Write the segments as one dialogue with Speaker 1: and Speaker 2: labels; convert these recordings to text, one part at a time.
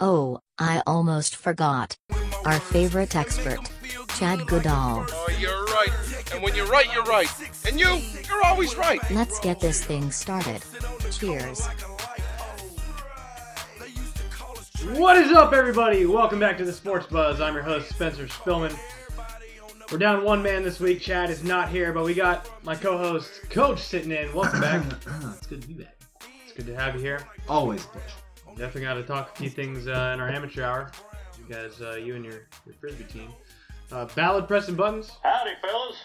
Speaker 1: Oh, I almost forgot. Our favorite expert, Chad Goodall.
Speaker 2: Oh, you're right. And when you're right, you're right. And you, you're always right.
Speaker 1: Let's get this thing started. Cheers.
Speaker 3: What is up, everybody? Welcome back to the Sports Buzz. I'm your host, Spencer Spillman. We're down one man this week. Chad is not here, but we got my co host, Coach, sitting in. Welcome back.
Speaker 4: it's good to be back.
Speaker 3: It's good to have you here.
Speaker 4: Always push.
Speaker 3: Definitely got to talk a few things uh, in our amateur hour. You guys, uh, you and your, your frisbee team. Uh, ballad pressing buttons.
Speaker 5: Howdy, fellas.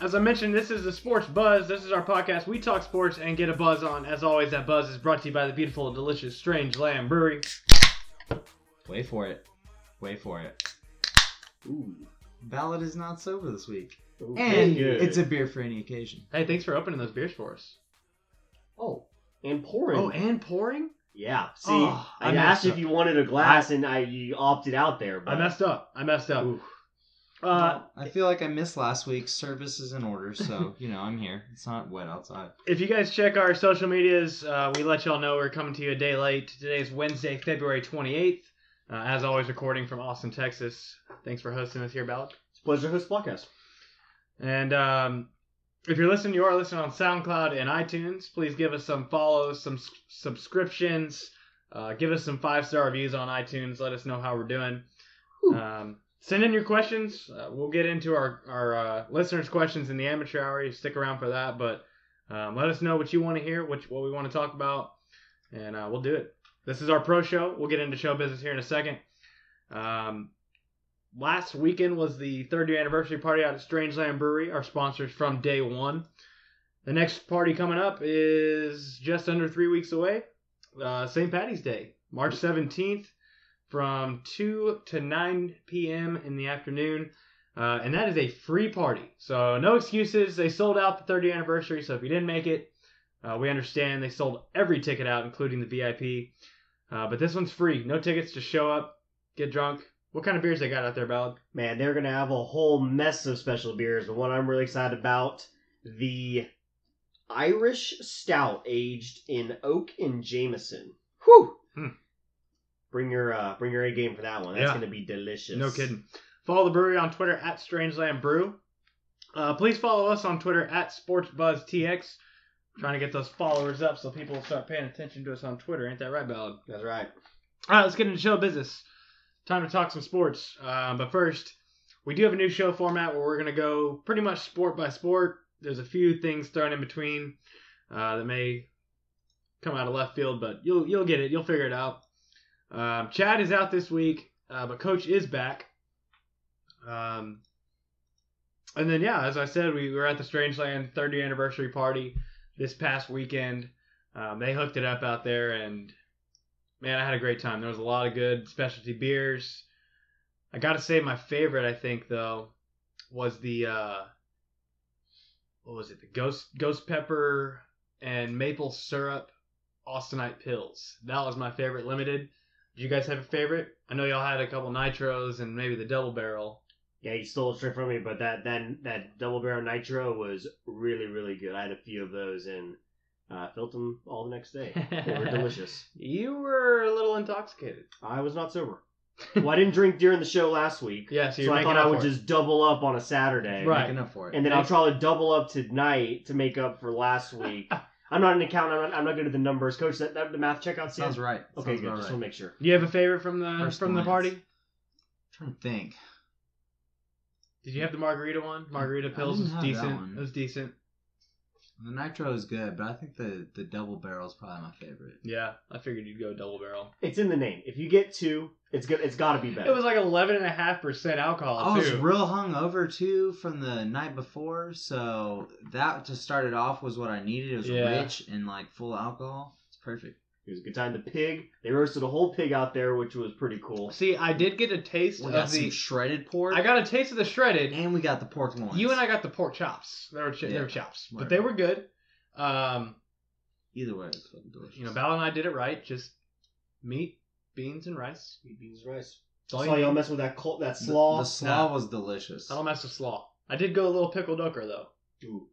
Speaker 3: As I mentioned, this is the Sports Buzz. This is our podcast. We talk sports and get a buzz on. As always, that buzz is brought to you by the beautiful, and delicious, strange Lamb Brewery.
Speaker 4: Wait for it. Wait for it. Ooh. Ballad is not sober this week. and it's a beer for any occasion.
Speaker 3: Hey, thanks for opening those beers for us.
Speaker 6: Oh, and pouring.
Speaker 3: Oh, and pouring?
Speaker 6: yeah. See,
Speaker 3: Oh, I
Speaker 6: I,
Speaker 3: messed
Speaker 6: asked
Speaker 3: up.
Speaker 6: if you wanted a glass, and I you opted out there. But
Speaker 3: I messed up. I messed up.
Speaker 6: Oof.
Speaker 3: Uh,
Speaker 4: I feel like I missed last week. Service is in order, so you know I'm here. It's not wet outside.
Speaker 3: if you guys check our social medias, uh, we let y'all know we're coming to you a day late. Today is Wednesday, February 28th. Uh, as always, recording from Austin, Texas. Thanks for hosting us here, Ballard.
Speaker 6: It's a pleasure to host the podcast.
Speaker 3: And um, if you're listening, you are listening on SoundCloud and iTunes. Please give us some follows, some s- subscriptions. Uh, give us some five star reviews on iTunes. Let us know how we're doing. Um, send in your questions. Uh, we'll get into our our uh, listeners' questions in the amateur hour. You stick around for that, but um, let us know what you want to hear, what what we want to talk about, and uh, we'll do it. This is our pro show. We'll get into show business here in a second. Um, last weekend was the third year anniversary party out at Strangeland Brewery, our sponsors from day one. The next party coming up is just under three weeks away, uh, St. Patty's Day, March 17th, from 2 to 9 p.m. in the afternoon. Uh, and that is a free party. So, no excuses. They sold out the third year anniversary, so if you didn't make it, uh, we understand they sold every ticket out, including the VIP. Uh, but this one's free. No tickets, just show up, get drunk. What kind of beers they got out there, Ballad?
Speaker 6: Man, they're gonna have a whole mess of special beers. The one I'm really excited about, the Irish Stout, aged in oak and Jameson. Whew.
Speaker 3: Hmm.
Speaker 6: Bring your uh, bring your A game for that one. That's
Speaker 3: Yeah.
Speaker 6: gonna be delicious.
Speaker 3: No kidding. Follow the brewery on Twitter at Strangeland Brew. Uh, please follow us on Twitter at SportsBuzzTX. Trying to get those followers up so people will start paying attention to us on Twitter. Ain't that right, Ballad?
Speaker 6: That's right.
Speaker 3: All right, let's get into show business. Time to talk some sports. Um, but first, we do have a new show format where we're going to go pretty much sport by sport. There's a few things thrown in between uh, that may come out of left field, but you'll you'll get it. You'll figure it out. Um, Chad is out this week, uh, but Coach is back. Um, and then yeah, as I said, we were at the Strangeland 30th anniversary party this past weekend. Um, they hooked it up out there, and man, I had a great time. There was a lot of good specialty beers. I gotta say, my favorite, I think, though, was the uh, what was it? The ghost ghost pepper and maple syrup Austinite pills. That was my favorite limited. Did you guys have a favorite? I know y'all had a couple nitros and maybe the double barrel.
Speaker 6: Yeah, you stole it straight from me, but that that that double barrel nitro was really really good. I had a few of those and uh, filled them all the next day. They were delicious.
Speaker 3: You were a little intoxicated.
Speaker 6: I was not sober. Well, I didn't drink during the show last week,
Speaker 3: Yeah, so
Speaker 6: so
Speaker 3: you're
Speaker 6: I
Speaker 3: making
Speaker 6: thought
Speaker 3: up
Speaker 6: I
Speaker 3: for
Speaker 6: would
Speaker 3: it.
Speaker 6: just double up on a Saturday,
Speaker 3: Right.
Speaker 4: Making up for it.
Speaker 6: and then I'll try to double up tonight to make up for last week. I'm not an accountant. I'm not, I'm not good at the numbers, Coach. That, that the math checkout
Speaker 4: Sounds right.
Speaker 6: Okay,
Speaker 4: Sounds
Speaker 6: good.
Speaker 4: about
Speaker 6: Just
Speaker 4: right.
Speaker 6: want to make sure.
Speaker 3: Do you have a favorite from the
Speaker 4: First
Speaker 3: from the
Speaker 4: lines.
Speaker 3: party?
Speaker 4: trying to think.
Speaker 3: Did you have the margarita one? Margarita
Speaker 4: I
Speaker 3: pills was
Speaker 4: didn't have that
Speaker 3: decent.
Speaker 4: one.
Speaker 3: It was decent.
Speaker 4: The nitro is good, but I think the the double barrel is probably my favorite.
Speaker 3: Yeah, I figured you'd go double barrel.
Speaker 6: It's in the name. If you get two, it's good. It's got to be better.
Speaker 3: It was like eleven and a half percent alcohol
Speaker 4: I was
Speaker 3: Oh, too.
Speaker 4: real hungover too from the night before, so that to start it off was what I needed. It was
Speaker 3: Yeah.
Speaker 4: rich and like full of alcohol. It's perfect.
Speaker 6: It was a good time. The pig. They roasted a whole pig out there, which was pretty cool.
Speaker 3: See, I did get a taste
Speaker 4: We
Speaker 3: of
Speaker 4: got
Speaker 3: the.
Speaker 4: some shredded pork.
Speaker 3: I got a taste of the shredded.
Speaker 4: and we got the pork loins.
Speaker 3: You and I got the pork chops. They were, ch- they
Speaker 4: Yeah.
Speaker 3: were chops, but
Speaker 4: Whatever.
Speaker 3: they were good. Um,
Speaker 4: Either way, it's fucking delicious.
Speaker 3: you know, Val and I did it right. Just meat, beans, and rice.
Speaker 6: Beans rice.
Speaker 3: That's all
Speaker 6: Saw
Speaker 3: you need.
Speaker 6: y'all messing with that col- that
Speaker 4: The-
Speaker 6: slaw.
Speaker 4: The, slaw
Speaker 3: Nah.
Speaker 4: was delicious.
Speaker 3: I don't mess with slaw. I did go a little pickled okra though.
Speaker 6: Ooh,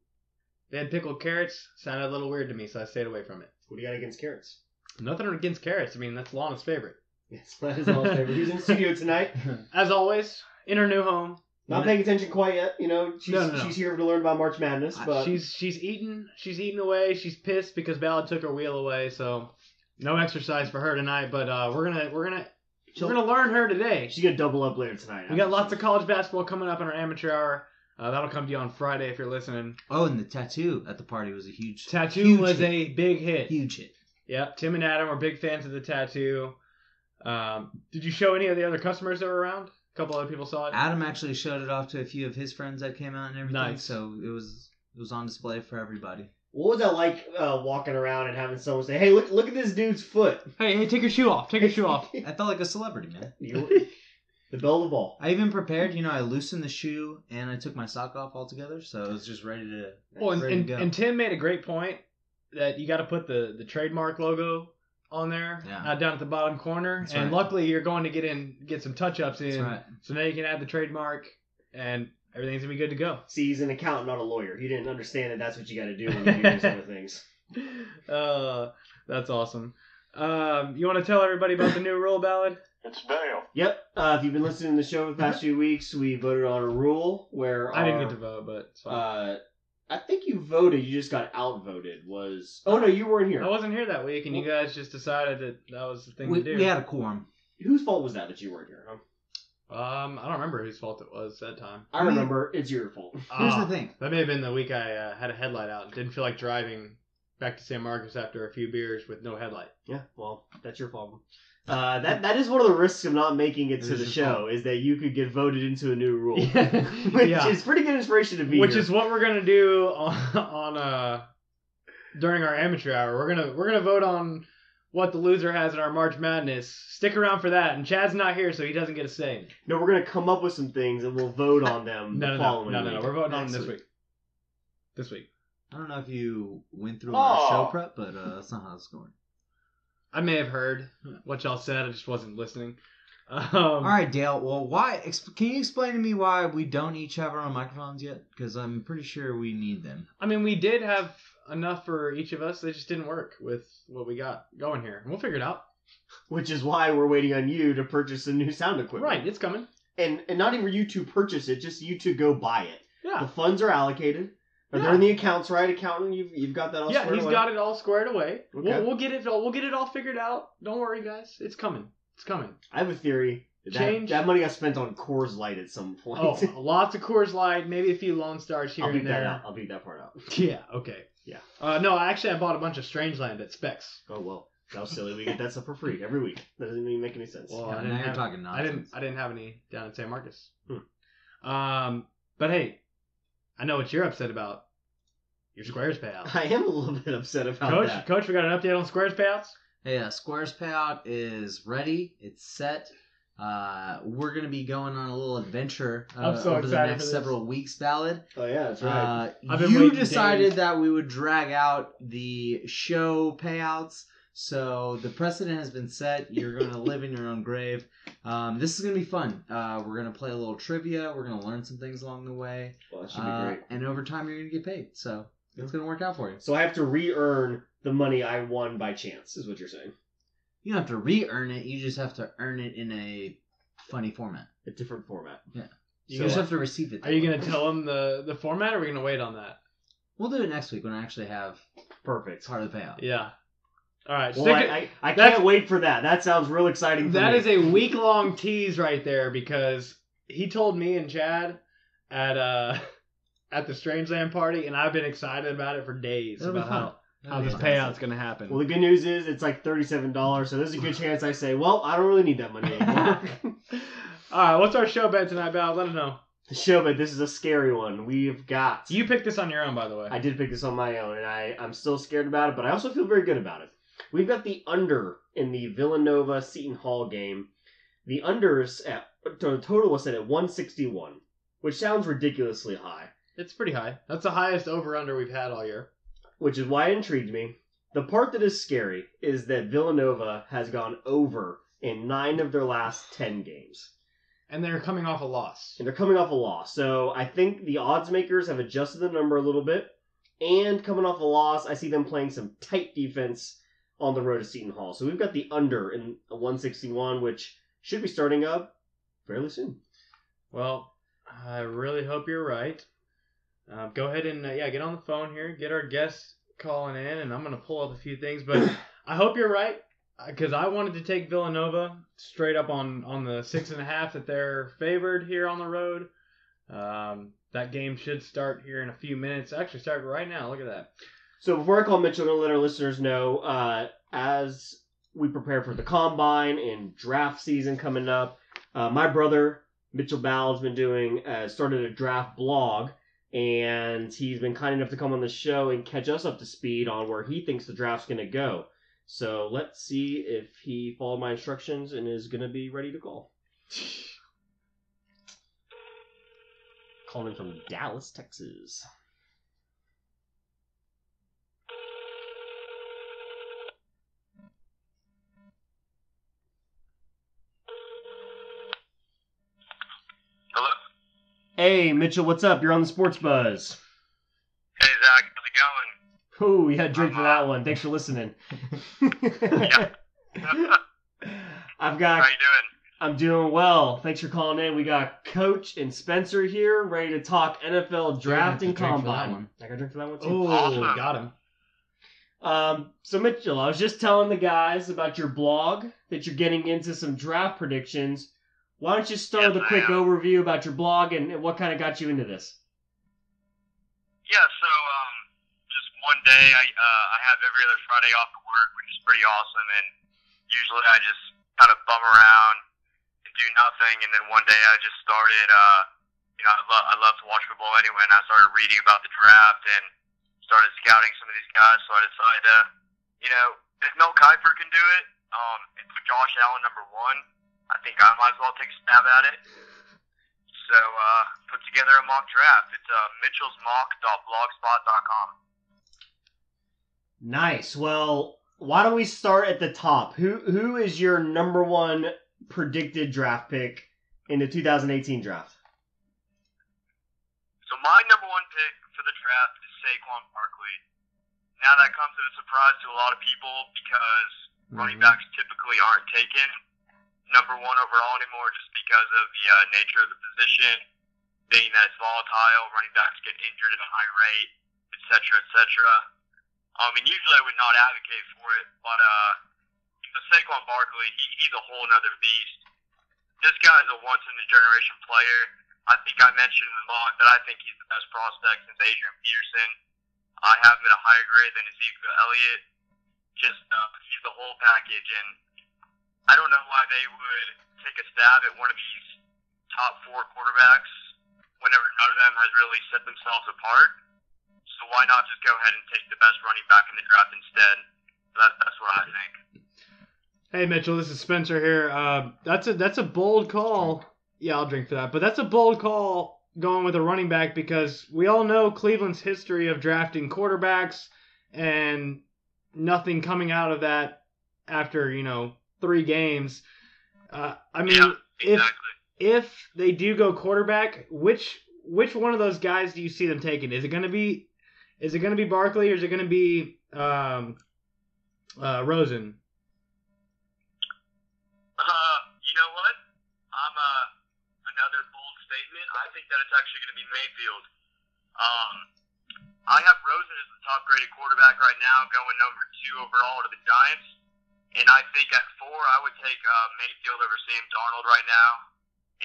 Speaker 3: They had pickled carrots. Sounded a little weird to me, so I stayed away from it.
Speaker 6: what do you got against carrots?
Speaker 3: Nothing against carrots. I mean, that's Lana's favorite.
Speaker 6: Yes, that is all favorite. He's in the studio tonight.
Speaker 3: As always, in her new home,
Speaker 6: Not paying attention quite yet. You know, she's,
Speaker 3: No, no, no.
Speaker 6: she's here to learn about March Madness,
Speaker 4: I-
Speaker 6: but
Speaker 3: she's she's eating she's eating away. She's pissed because Ballad took her wheel away, so no exercise for her tonight. But uh, we're gonna we're gonna
Speaker 6: She'll-
Speaker 3: we're gonna learn her today.
Speaker 6: she's gonna double up later tonight.
Speaker 3: We got lots of college basketball coming up in our amateur hour. Uh, that'll come to you on Friday if you're listening.
Speaker 4: oh, and the tattoo at the party was a huge
Speaker 3: Tattoo
Speaker 4: huge
Speaker 3: was
Speaker 4: hit.
Speaker 3: a big hit.
Speaker 4: huge hit.
Speaker 3: Yep, Tim and Adam are big fans of the tattoo. Um, did you show any of the other customers that were around? A couple other people saw it.
Speaker 4: Adam actually showed it off to a few of his friends that came out and everything.
Speaker 3: Nice.
Speaker 4: So it was it was on display for everybody.
Speaker 6: What was that like uh, walking around and having someone say, "Hey, look, look at this dude's foot."
Speaker 3: Hey, hey, take your shoe off. Take your shoe off.
Speaker 4: I felt like a celebrity, man.
Speaker 6: You, the bell of the ball.
Speaker 4: I even prepared, you know, I loosened the shoe and I took my sock off altogether, so it was just ready to,
Speaker 3: Well, and,
Speaker 4: ready
Speaker 3: and,
Speaker 4: to go.
Speaker 3: and Tim made a great point that you got to put the, the trademark logo on there
Speaker 4: Yeah.
Speaker 3: uh, down at the bottom corner.
Speaker 4: That's
Speaker 3: and
Speaker 4: right.
Speaker 3: luckily, you're going to get in get some touch ups
Speaker 4: That's
Speaker 3: in,
Speaker 4: right.
Speaker 3: so now you can add the trademark, and everything's gonna be good to go.
Speaker 6: See, he's an accountant, not a lawyer. He didn't understand that that's what you got to do when you do these kind of things.
Speaker 3: uh, that's awesome. Um, you want to tell everybody about the new rule ballad?
Speaker 7: It's Dale.
Speaker 6: Yep. Uh, if you've been listening to the show the past few weeks, we voted on a rule where
Speaker 3: Mm-hmm. I didn't
Speaker 6: our-
Speaker 3: get to vote, but it's fine.
Speaker 6: Uh, I think you voted. You just got outvoted. Was oh no, you weren't here.
Speaker 3: I wasn't here that week, and you guys just decided that that was the thing
Speaker 4: we,
Speaker 3: to do.
Speaker 4: we had a quorum.
Speaker 6: Whose fault was that that you weren't here? Huh?
Speaker 3: Um, I don't remember whose fault it was that time.
Speaker 6: I remember. It's your fault.
Speaker 4: Here's
Speaker 3: Ah,
Speaker 4: the thing.
Speaker 3: That may have been the week I uh, had a headlight out. Didn't feel like driving back to San Marcos after a few beers with no headlight.
Speaker 6: Yeah, well, that's your problem. Uh, that that is one of the risks of not making it
Speaker 4: It
Speaker 6: to the
Speaker 4: is your
Speaker 6: show is that you could get voted into a new rule,
Speaker 3: Yeah.
Speaker 6: which
Speaker 3: Yeah.
Speaker 6: is pretty good inspiration to be
Speaker 3: Which
Speaker 6: here.
Speaker 3: is what we're gonna do on, on uh during our amateur hour. We're gonna we're gonna vote on what the loser has in our March Madness. Stick around for that. And Chad's not here, so he doesn't get a say.
Speaker 6: no, we're gonna come up with some things and we'll vote on them the
Speaker 3: No, no, no,
Speaker 6: following
Speaker 3: no, no, no.
Speaker 6: week.
Speaker 3: We're voting on him this
Speaker 4: Next
Speaker 3: week. This week.
Speaker 4: I don't know if you went through our
Speaker 7: Oh.
Speaker 4: show prep, but uh, that's not how it's going.
Speaker 3: I may have heard what y'all said. I just wasn't listening. Um,
Speaker 4: All right, Dale. Well, why? Exp- can you explain to me why we don't each have our own microphones yet? Because I'm pretty sure we need them.
Speaker 3: I mean, we did have enough for each of us. They just didn't work with what we got going here. And we'll figure it out.
Speaker 6: Which is why we're waiting on you to purchase some new sound equipment.
Speaker 3: Right, it's coming.
Speaker 6: And and not even for you to purchase it, just you to go buy it. The
Speaker 3: Yeah.
Speaker 6: funds are allocated. Or They're in the accounts, right? Accountant, you've you've got that all
Speaker 3: Yeah,
Speaker 6: squared
Speaker 3: he's
Speaker 6: away.
Speaker 3: got it all squared away.
Speaker 6: Okay.
Speaker 3: We'll, we'll get it all we'll get it all figured out. Don't worry guys. It's coming. It's coming.
Speaker 6: I have a theory. That,
Speaker 3: Change-
Speaker 6: that money got spent on Coors Light at some point.
Speaker 3: Oh, lots of Coors Light, maybe a few Lone Stars here
Speaker 6: I'll
Speaker 3: and
Speaker 6: beat that
Speaker 3: there.
Speaker 6: out. I'll beat that part out.
Speaker 3: Yeah, okay.
Speaker 6: Yeah.
Speaker 3: Uh, no, actually I bought a bunch of Strangeland at Specs.
Speaker 6: Oh well, that was silly. We get that stuff for free every week. That doesn't even make any sense.
Speaker 3: Well, I
Speaker 4: Yeah,
Speaker 3: didn't
Speaker 4: now you're
Speaker 3: have-
Speaker 4: talking
Speaker 3: I didn't
Speaker 4: nonsense.
Speaker 3: I didn't have any down in San Marcos. Um but hey, I know what you're upset about. Your squares payout.
Speaker 6: I am a little bit upset about
Speaker 3: Coach,
Speaker 6: that.
Speaker 3: coach, we got an update on squares payouts.
Speaker 4: Hey, uh, Squares Payout is ready. It's set. Uh, we're gonna be going on a little adventure uh,
Speaker 3: I'm so
Speaker 4: over the
Speaker 3: excited
Speaker 4: next
Speaker 3: for this.
Speaker 4: several weeks, Ballad.
Speaker 6: Oh yeah, that's
Speaker 4: Uh,
Speaker 3: I've been
Speaker 4: you
Speaker 3: waiting
Speaker 4: decided
Speaker 3: days.
Speaker 4: that we would drag out the show payouts, so the precedent has been set. You're going to live in your own grave. Um, this is going to be fun. Uh, we're going to play a little trivia. We're going to learn some things along the way,
Speaker 6: well, that should be
Speaker 4: uh,
Speaker 6: great.
Speaker 4: and over time you're going to get paid. So it's going to work out for you.
Speaker 6: So I have to re-earn the money I won by chance, is what you're saying.
Speaker 4: You don't have to re-earn it. You just have to earn it in a funny format.
Speaker 6: A different format.
Speaker 4: You
Speaker 3: You
Speaker 4: just
Speaker 3: gonna-
Speaker 4: have to receive it. that
Speaker 3: Are you
Speaker 4: way.
Speaker 3: going to tell them the the format, or are we going to wait on that?
Speaker 4: We'll do it next week when I actually have
Speaker 6: Perfect.
Speaker 4: It's part of the payout.
Speaker 3: Yeah. All right.
Speaker 6: Well,
Speaker 3: stick
Speaker 6: I,
Speaker 3: it-
Speaker 6: I, I
Speaker 3: that's-
Speaker 6: can't wait for that. That sounds real exciting. For
Speaker 3: That
Speaker 6: me.
Speaker 3: is a week long tease right there because he told me and Chad at uh at the Strange Land party, and I've been excited about it for days
Speaker 4: That'll be
Speaker 3: about
Speaker 4: fun.
Speaker 3: how, how this payout's gonna happen.
Speaker 6: Well, the good news is it's like thirty-seven dollars, so there's a good chance I say, "Well, I don't really need that money anymore."
Speaker 3: All right, what's our show bet tonight, Val? Let us know.
Speaker 6: Show, but this is a scary one. We've got.
Speaker 3: You picked this on your own, by the way.
Speaker 6: I did pick this on my own, and I I'm still scared about it, but I also feel very good about it. We've got the under in the Villanova Seton Hall game. The under is at the total was set at 161, which sounds ridiculously high,
Speaker 3: It's pretty high. That's the highest over under we've had all year.
Speaker 6: which is why it intrigued me. The part that is scary is that Villanova has gone over in nine of their last ten games.
Speaker 3: And they're coming off a loss.
Speaker 6: and they're coming off a loss. So I think the odds makers have adjusted the number a little bit. And coming off a loss, I see them playing some tight defense on the road to Seton Hall. So we've got the under in 161, which should be starting up fairly soon.
Speaker 3: Well, I really hope you're right. Uh, go ahead and uh, yeah, get on the phone here, get our guests calling in, and I'm gonna pull up a few things. But I hope you're right because I wanted to take Villanova straight up on on the six and a half that they're favored here on the road. Um, that game should start here in a few minutes. Actually, start right now. Look at that.
Speaker 6: So before I call Mitchell, I'm going to let our listeners know uh, as we prepare for the combine and draft season coming up, uh, my brother Mitchell Ball has been doing uh, started a draft blog, and he's been kind enough to come on the show and catch us up to speed on where he thinks the draft's going to go. So let's see if he followed my instructions and is going to be ready to call. Calling from Dallas, Texas.
Speaker 7: Hello.
Speaker 6: Hey Mitchell, what's up? You're on the Sports Buzz.
Speaker 7: Hey Zach, how's it going?
Speaker 6: Oh, yeah, drink for that one. Thanks for listening. I've
Speaker 7: How
Speaker 6: got
Speaker 7: you doing?
Speaker 6: I'm doing well. Thanks for calling in. We got Coach and Spencer here, ready to talk NFL draft
Speaker 3: You're
Speaker 6: and
Speaker 3: gonna have to drink for that
Speaker 6: combine.
Speaker 3: one.
Speaker 6: I got drink for that one too.
Speaker 3: Oh,
Speaker 7: Awesome.
Speaker 3: got him. Oh.
Speaker 6: Um, so Mitchell, I was just telling the guys about your blog that you're getting into some draft predictions. Why don't you start
Speaker 7: Yes,
Speaker 6: with a
Speaker 7: I
Speaker 6: quick
Speaker 7: am.
Speaker 6: overview about your blog and, and what kind of got you into this?
Speaker 7: Yeah, so um, just one day I uh, I have every other Friday off of work, which is pretty awesome. And usually I just kind of bum around and do nothing. And then one day I just started. Uh, you know, I love I love to watch football anyway, and I started reading about the draft and started scouting some of these guys. So I decided to, you know, if Mel Kiper can do it, um, and put Josh Allen number one, I think I might as well take a stab at it. So uh, put together a mock draft. It's uh, mitchellsmock.blogspot.com.
Speaker 6: Nice. Well, why don't we start at the top? Who who is your number one predicted draft pick in the 2018 draft?
Speaker 7: So my number one pick for the draft is Saquon Barkley. Now that comes as a surprise to a lot of people because running backs typically aren't taken number one overall anymore just because of the uh, nature of the position, being that it's volatile, running backs get injured at a high rate, et cetera, et cetera. Um, and usually I would not advocate for it, but uh, you know, Saquon Barkley, he, he's a whole nother beast. This guy's a once-in-a-generation player. I think I mentioned in the blog that I think he's the best prospect since Adrian Peterson. I have him at a higher grade than Ezekiel Elliott. Just uh, he's the whole package, and I don't know why they would take a stab at one of these top four quarterbacks whenever none of them has really set themselves apart. So why not just go ahead and take the best running back in the draft instead? That, that's what I think.
Speaker 3: Hey Mitchell, this is Spencer here. Uh, that's a that's a bold call. Yeah, I'll drink for that. But that's a bold call going with a running back because we all know Cleveland's history of drafting quarterbacks and nothing coming out of that after you know three games. Uh, I mean,
Speaker 7: Yeah,
Speaker 3: if
Speaker 7: Exactly.
Speaker 3: if they do go quarterback, which which one of those guys do you see them taking? Is it going to be is it going to be Barkley or is it going to be um, uh, Rosen?
Speaker 7: Uh, you know what? I'm uh, another bold statement. I think that it's actually going to be Mayfield. Um, I have Rosen as the top graded quarterback right now, going number two overall to the Giants. And I think at four, I would take uh, Mayfield over Sam Darnold right now,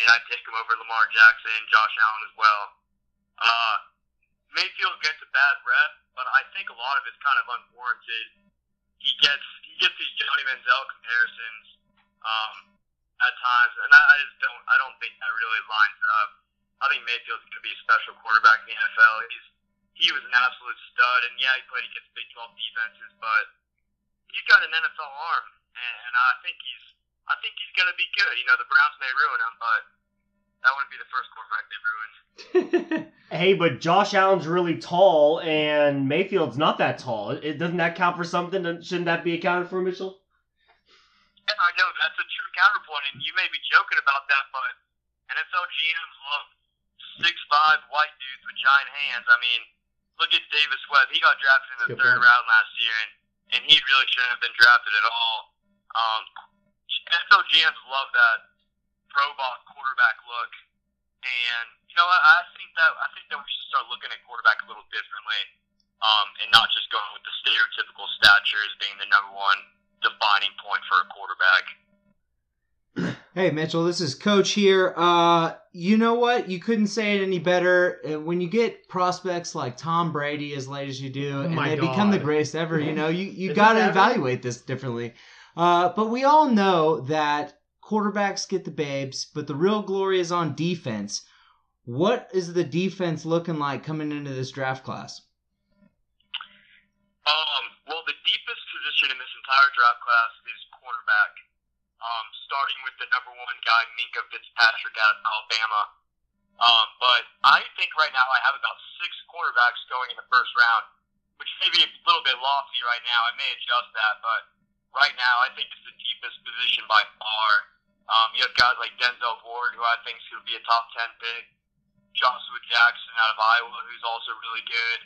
Speaker 7: and I'd take him over Lamar Jackson, Josh Allen as well. Uh, Mayfield gets a bad rep, but I think a lot of it's kind of unwarranted. He gets he gets these Johnny Manziel comparisons um, at times, and I, I just don't I don't think that really lines up. I think Mayfield's going to be a special quarterback in the NFL. He's he was an absolute stud, and yeah, he played against Big 12 defenses, but he's got an NFL arm, and, and I think he's I think he's going to be good. You know, the Browns may ruin him, but that wouldn't be the first quarterback they ruined.
Speaker 6: Hey, but Josh Allen's really tall, and Mayfield's not that tall. It, doesn't that count for something? Doesn't- Shouldn't that be accounted for, Mitchell?
Speaker 7: Yeah, I know that's a true counterpoint, and you may be joking about that, but NFL GMs love six five white dudes with giant hands. I mean, look at Davis Webb. He got drafted in the
Speaker 4: Good
Speaker 7: third
Speaker 4: point.
Speaker 7: round last year, and, and he really shouldn't have been drafted at all. Um, NFL GMs love that robot quarterback look, and you know I, I think that I think that we should start looking at quarterback a little differently, um, and not just going with the stereotypical stature as being the number one defining point for a quarterback.
Speaker 4: Hey Mitchell, this is Coach here. Uh, you know what? You couldn't say it any better. Uh, When you get prospects like Tom Brady as late as you do, and
Speaker 3: my
Speaker 4: they become the
Speaker 3: God.
Speaker 4: greatest ever, you know, you
Speaker 6: Oh Is
Speaker 4: you
Speaker 6: it
Speaker 4: got to
Speaker 6: ever?
Speaker 4: evaluate this differently. Uh, but we all know that quarterbacks get the babes, but the real glory is on defense. What is the defense looking like coming into this draft class?
Speaker 7: Um, well, the deepest position in this entire draft class is quarterback. Um, starting with the number one guy, Minka Fitzpatrick out of Alabama. Um, but I think right now I have about six quarterbacks going in the first round, which may be a little bit lofty right now. I may adjust that, but right now I think it's the deepest position by far. Um, you have guys like Denzel Ward, who I think is going to be a top 10 pick. Joshua Jackson out of Iowa, who's also really good.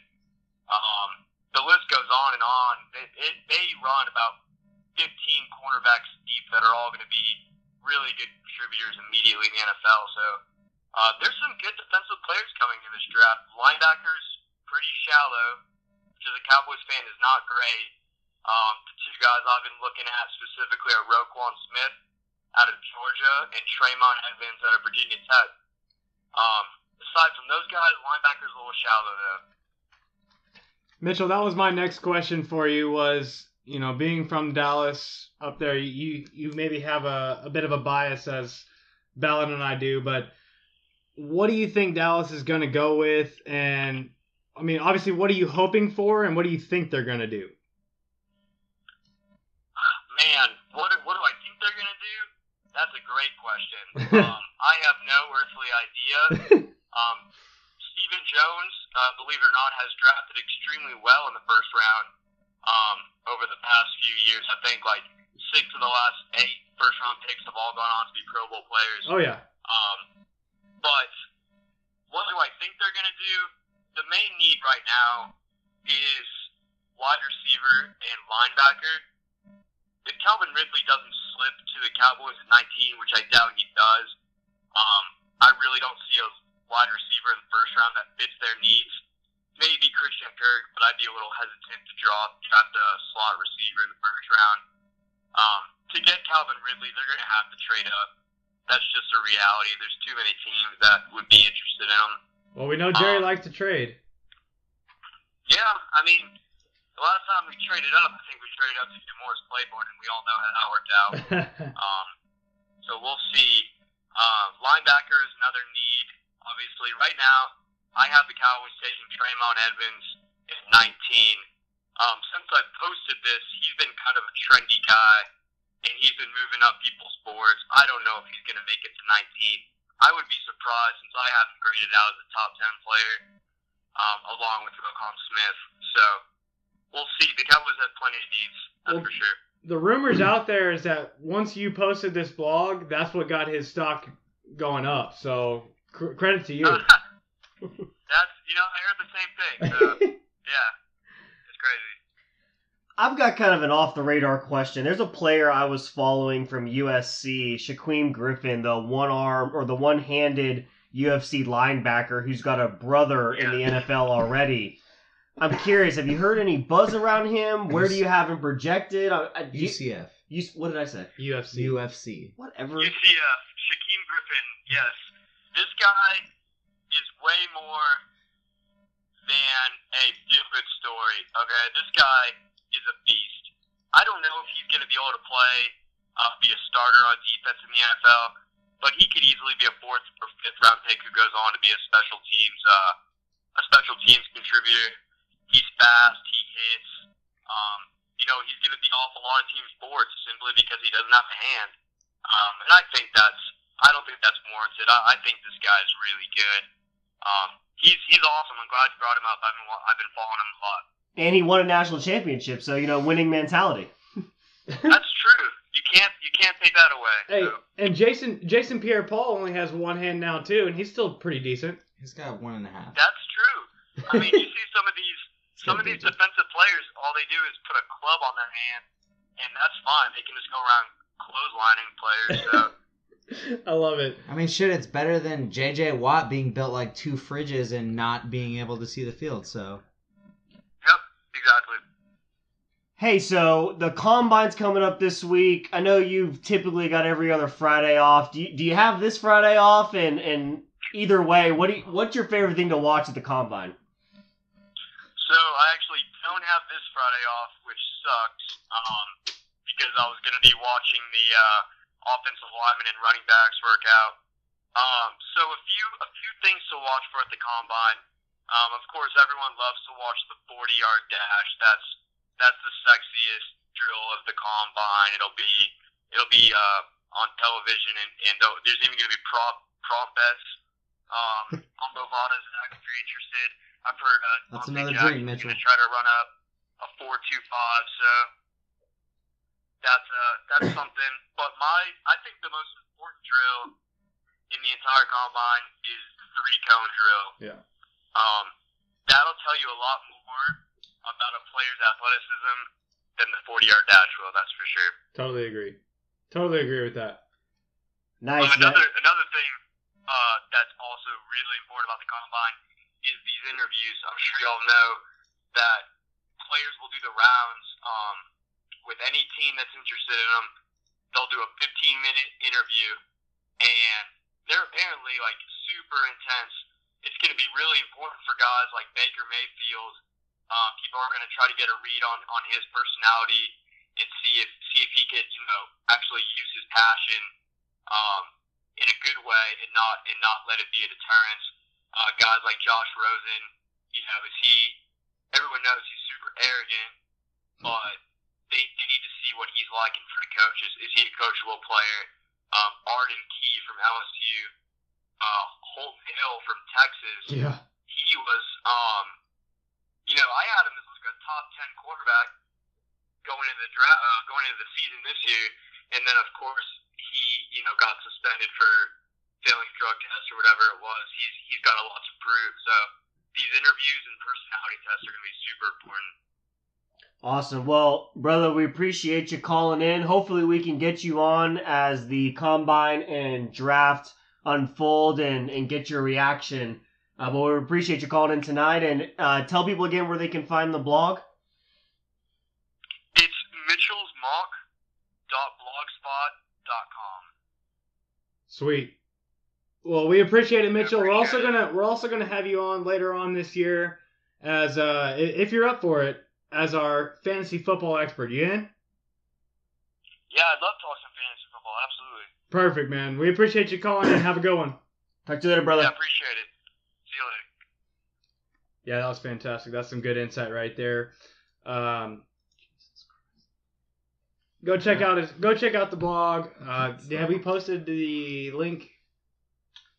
Speaker 7: Um, the list goes on and on. It, it, they run about 15 cornerbacks deep that are all going to be really good contributors immediately in the NFL. So uh, there's some good defensive players coming in this draft. Linebackers pretty shallow, which as a Cowboys fan is not great. Um, the two guys I've been looking at specifically are Roquan Smith out of Georgia and Traymon Evans out of Virginia Tech. Um, aside from those guys, linebackers a little shallow though.
Speaker 3: Mitchell, that was my next question for you. Was you know being from Dallas up there, you you maybe have a, a bit of a bias as Ballard and I do, but what do you think Dallas is going to go with? And I mean, obviously, what are you hoping for, and what do you think they're going to do?
Speaker 7: Man, what do- what do I think they're gonna do? That's a great question. Um, I have no earthly idea. Um, Stephen Jones, uh, believe it or not, has drafted extremely well in the first round um, over the past few years. I think like six of the last eight first round picks have all gone on to be Pro Bowl players.
Speaker 3: Oh yeah,
Speaker 7: Um, but what do I think they're going to do? The main need right now is wide receiver and linebacker. If Calvin Ridley doesn't slip to the Cowboys at 19, which I doubt he does, um, I really don't see a wide receiver in the first round that fits their needs. Maybe Christian Kirk, but I'd be a little hesitant to draw draft a slot receiver in the first round. Um, to get Calvin Ridley, they're going to have to trade up that's just a reality. There's too many teams that would be interested in him.
Speaker 3: well we know Jerry
Speaker 7: Um,
Speaker 3: likes to trade.
Speaker 7: Yeah, I mean, the last time we traded up, I think we traded up to get Morris Claiborne, and we all know how that worked out. Um, so we'll see. Uh, linebacker is another need. Obviously, right now, I have the Cowboys taking Traymon Edmonds at 19. Um, since I posted this, he's been kind of a trendy guy, and he's been moving up people's boards. I don't know if he's going to make it to 19. I would be surprised since I have him graded out as a top 10 player, um, along with Roquan Smith. So we'll see. The Cowboys have plenty of needs, that's
Speaker 3: Well,
Speaker 7: for sure.
Speaker 3: the rumors out there is that once you posted this blog, that's what got his stock going up. So cr- credit to you.
Speaker 7: That's you know I heard the same thing. So yeah, it's crazy.
Speaker 6: I've got kind of an off the radar question. There's a player I was following from USC, Shaquem Griffin, the one arm or the one handed UFC linebacker who's got a brother in the NFL already. I'm curious. Have you heard any buzz around him? Where do you have him projected? I, I, you,
Speaker 4: UCF,
Speaker 6: you, what did I say?
Speaker 3: UFC.
Speaker 4: UFC.
Speaker 6: Whatever.
Speaker 7: UCF, uh, Shaquem Griffin, yes. This guy is way more than a feel good story, okay? This guy is a beast. I don't know if he's going to be able to play, uh, be a starter on defense in the NFL, but he could easily be a fourth or fifth round pick who goes on to be a special teams, uh, a special teams contributor. He's fast, he hits. Um, you know, he's going to be off a lot of teams' boards simply because he doesn't have a hand. Um, and I think that's, I don't think that's warranted. I, I think this guy is really good. Um, he's he's awesome. I'm glad you brought him up. I've been wa- I've been following him a lot.
Speaker 6: And he won a national championship, so you know, winning mentality.
Speaker 7: That's true. You can't you can't take that away.
Speaker 3: Hey,
Speaker 7: So,
Speaker 3: and Jason Jason Pierre Paul only has one hand now too, and he's still pretty decent.
Speaker 4: He's got one and a half.
Speaker 7: that's true. I mean, you see some of these some of these defensive players. All they do is put a club on their hand, and that's fine. They can just go around clotheslining players. So
Speaker 3: I love it.
Speaker 4: I mean, shit, it's better than JJ Watt being built like two fridges and not being able to see the field. So
Speaker 7: yep, exactly.
Speaker 6: Hey, so the combine's coming up this week. I know you've typically got every other Friday off. Do you, do you have this Friday off? And and either way, what do you, what's your favorite thing to watch at the combine?
Speaker 7: So I actually don't have this Friday off, which sucks, um, because I was going to be watching the uh, offensive linemen and running backs workout. Um, so a few a few things to watch for at the combine. Um, of course, everyone loves to watch the 40 yard dash. That's that's the sexiest drill of the combine. It'll be it'll be uh, on television, and, and there'll- there's even going to be prop prop bets. Um, on Bovada's if you're interested. I've heard uh,
Speaker 4: That's
Speaker 7: Dante
Speaker 4: another drink,
Speaker 7: Jackson's
Speaker 4: Mitchell.
Speaker 7: Gonna try to run up a four two five. So that's uh, that's something. But my I think the most important drill in the entire combine is the three cone drill.
Speaker 3: Yeah.
Speaker 7: Um, that'll tell you a lot more about a player's athleticism than the forty yard dash will. That's for sure.
Speaker 3: Totally agree. Totally agree with that.
Speaker 6: Nice.
Speaker 7: Um,
Speaker 6: man.
Speaker 7: another another thing uh, that's also really important about the combine is these interviews. I'm sure y'all know that players will do the rounds um, with any team that's interested in them. They'll do a 15 minute interview, and they're apparently like super intense. It's going to be really important for guys like Baker Mayfield. Um, people are going to try to get a read on, on his personality and see if see if he could you know actually use his passion um, in a good way and not and not let it be a deterrence. Uh, guys like Josh Rosen, you know, is he? Everyone knows he's super arrogant, but they, they need to see what he's like in front of coaches. Is he a coachable player? Um, Arden Key from LSU, uh, Holt Hill from Texas
Speaker 3: Yeah.
Speaker 7: he was, um, you know, I had him as like a top ten quarterback going into the draft, uh, going into the season this year, and then of course he, you know, got suspended for failing drug tests or whatever it was. He's he's got a lot to prove. So these interviews and personality tests are going to be super important.
Speaker 6: Awesome. Well, brother, we appreciate you calling in. Hopefully, we can get you on as the combine and draft unfold and, and get your reaction. Uh, but we appreciate you calling in tonight and uh, tell people again where they can find the blog.
Speaker 7: It's Mitchell's Mock. blogspot.com.
Speaker 3: Sweet. Well, we appreciate it, Mitchell. We're also
Speaker 7: Appreciate it.
Speaker 3: gonna we're also gonna have you on later on this year as uh i- if you're up for it as our fantasy football expert. You in?
Speaker 7: Yeah, I'd love talking fantasy football. Absolutely.
Speaker 3: Perfect, man. We appreciate you calling in. Have a good one.
Speaker 6: Talk to you later, brother.
Speaker 7: Yeah, appreciate it. See you later.
Speaker 3: Yeah, that was fantastic. That's some good insight right there. Um, go check out his go check out the blog. Uh, have we posted the link?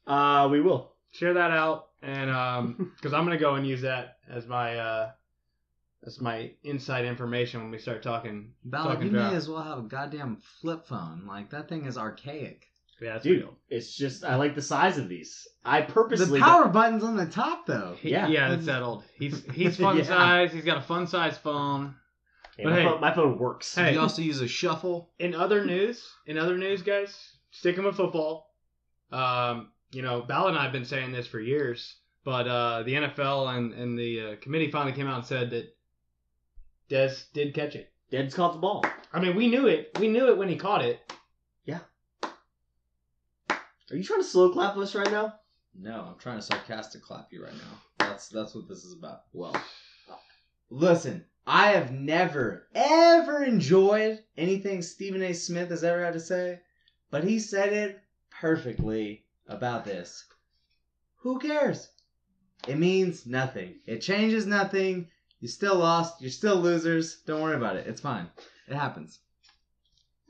Speaker 6: Uh, we will.
Speaker 3: Share that out, and because I'm gonna go and use that as my uh, as my inside information when we start talking.
Speaker 4: Ballard,
Speaker 3: talking
Speaker 4: you
Speaker 3: draft.
Speaker 4: may as well have a goddamn flip phone. Like that thing is archaic.
Speaker 3: yeah, that's
Speaker 6: Dude,
Speaker 3: real.
Speaker 6: it's just, I like the size of these. I purposely.
Speaker 4: The power button's on the top though.
Speaker 3: He-
Speaker 6: yeah.
Speaker 3: yeah, that's that old. He's he's fun
Speaker 6: Yeah.
Speaker 3: size. He's got a fun size phone.
Speaker 6: Hey,
Speaker 3: but
Speaker 6: my,
Speaker 3: hey.
Speaker 6: phone, my phone works.
Speaker 3: Hey.
Speaker 4: You also use a shuffle.
Speaker 3: in other news, in other news, guys, sticking with football. Um, you know, Bal and I have been saying this for years, But uh, the NFL and and the uh, committee finally came out and said that Des did catch it.
Speaker 6: Dead's caught the ball.
Speaker 3: I mean, we knew it. We knew it when he caught it.
Speaker 6: Are you trying to slow clap us right now?
Speaker 4: No, I'm trying to sarcastic clap you right now. That's that's what this is about.
Speaker 6: Well,
Speaker 4: Listen, I have never ever enjoyed anything Stephen A. Smith has ever had to say, but he said it perfectly about this. Who cares? It means nothing. It changes nothing. You still lost. You're still losers. Don't worry about it. It's fine. It happens.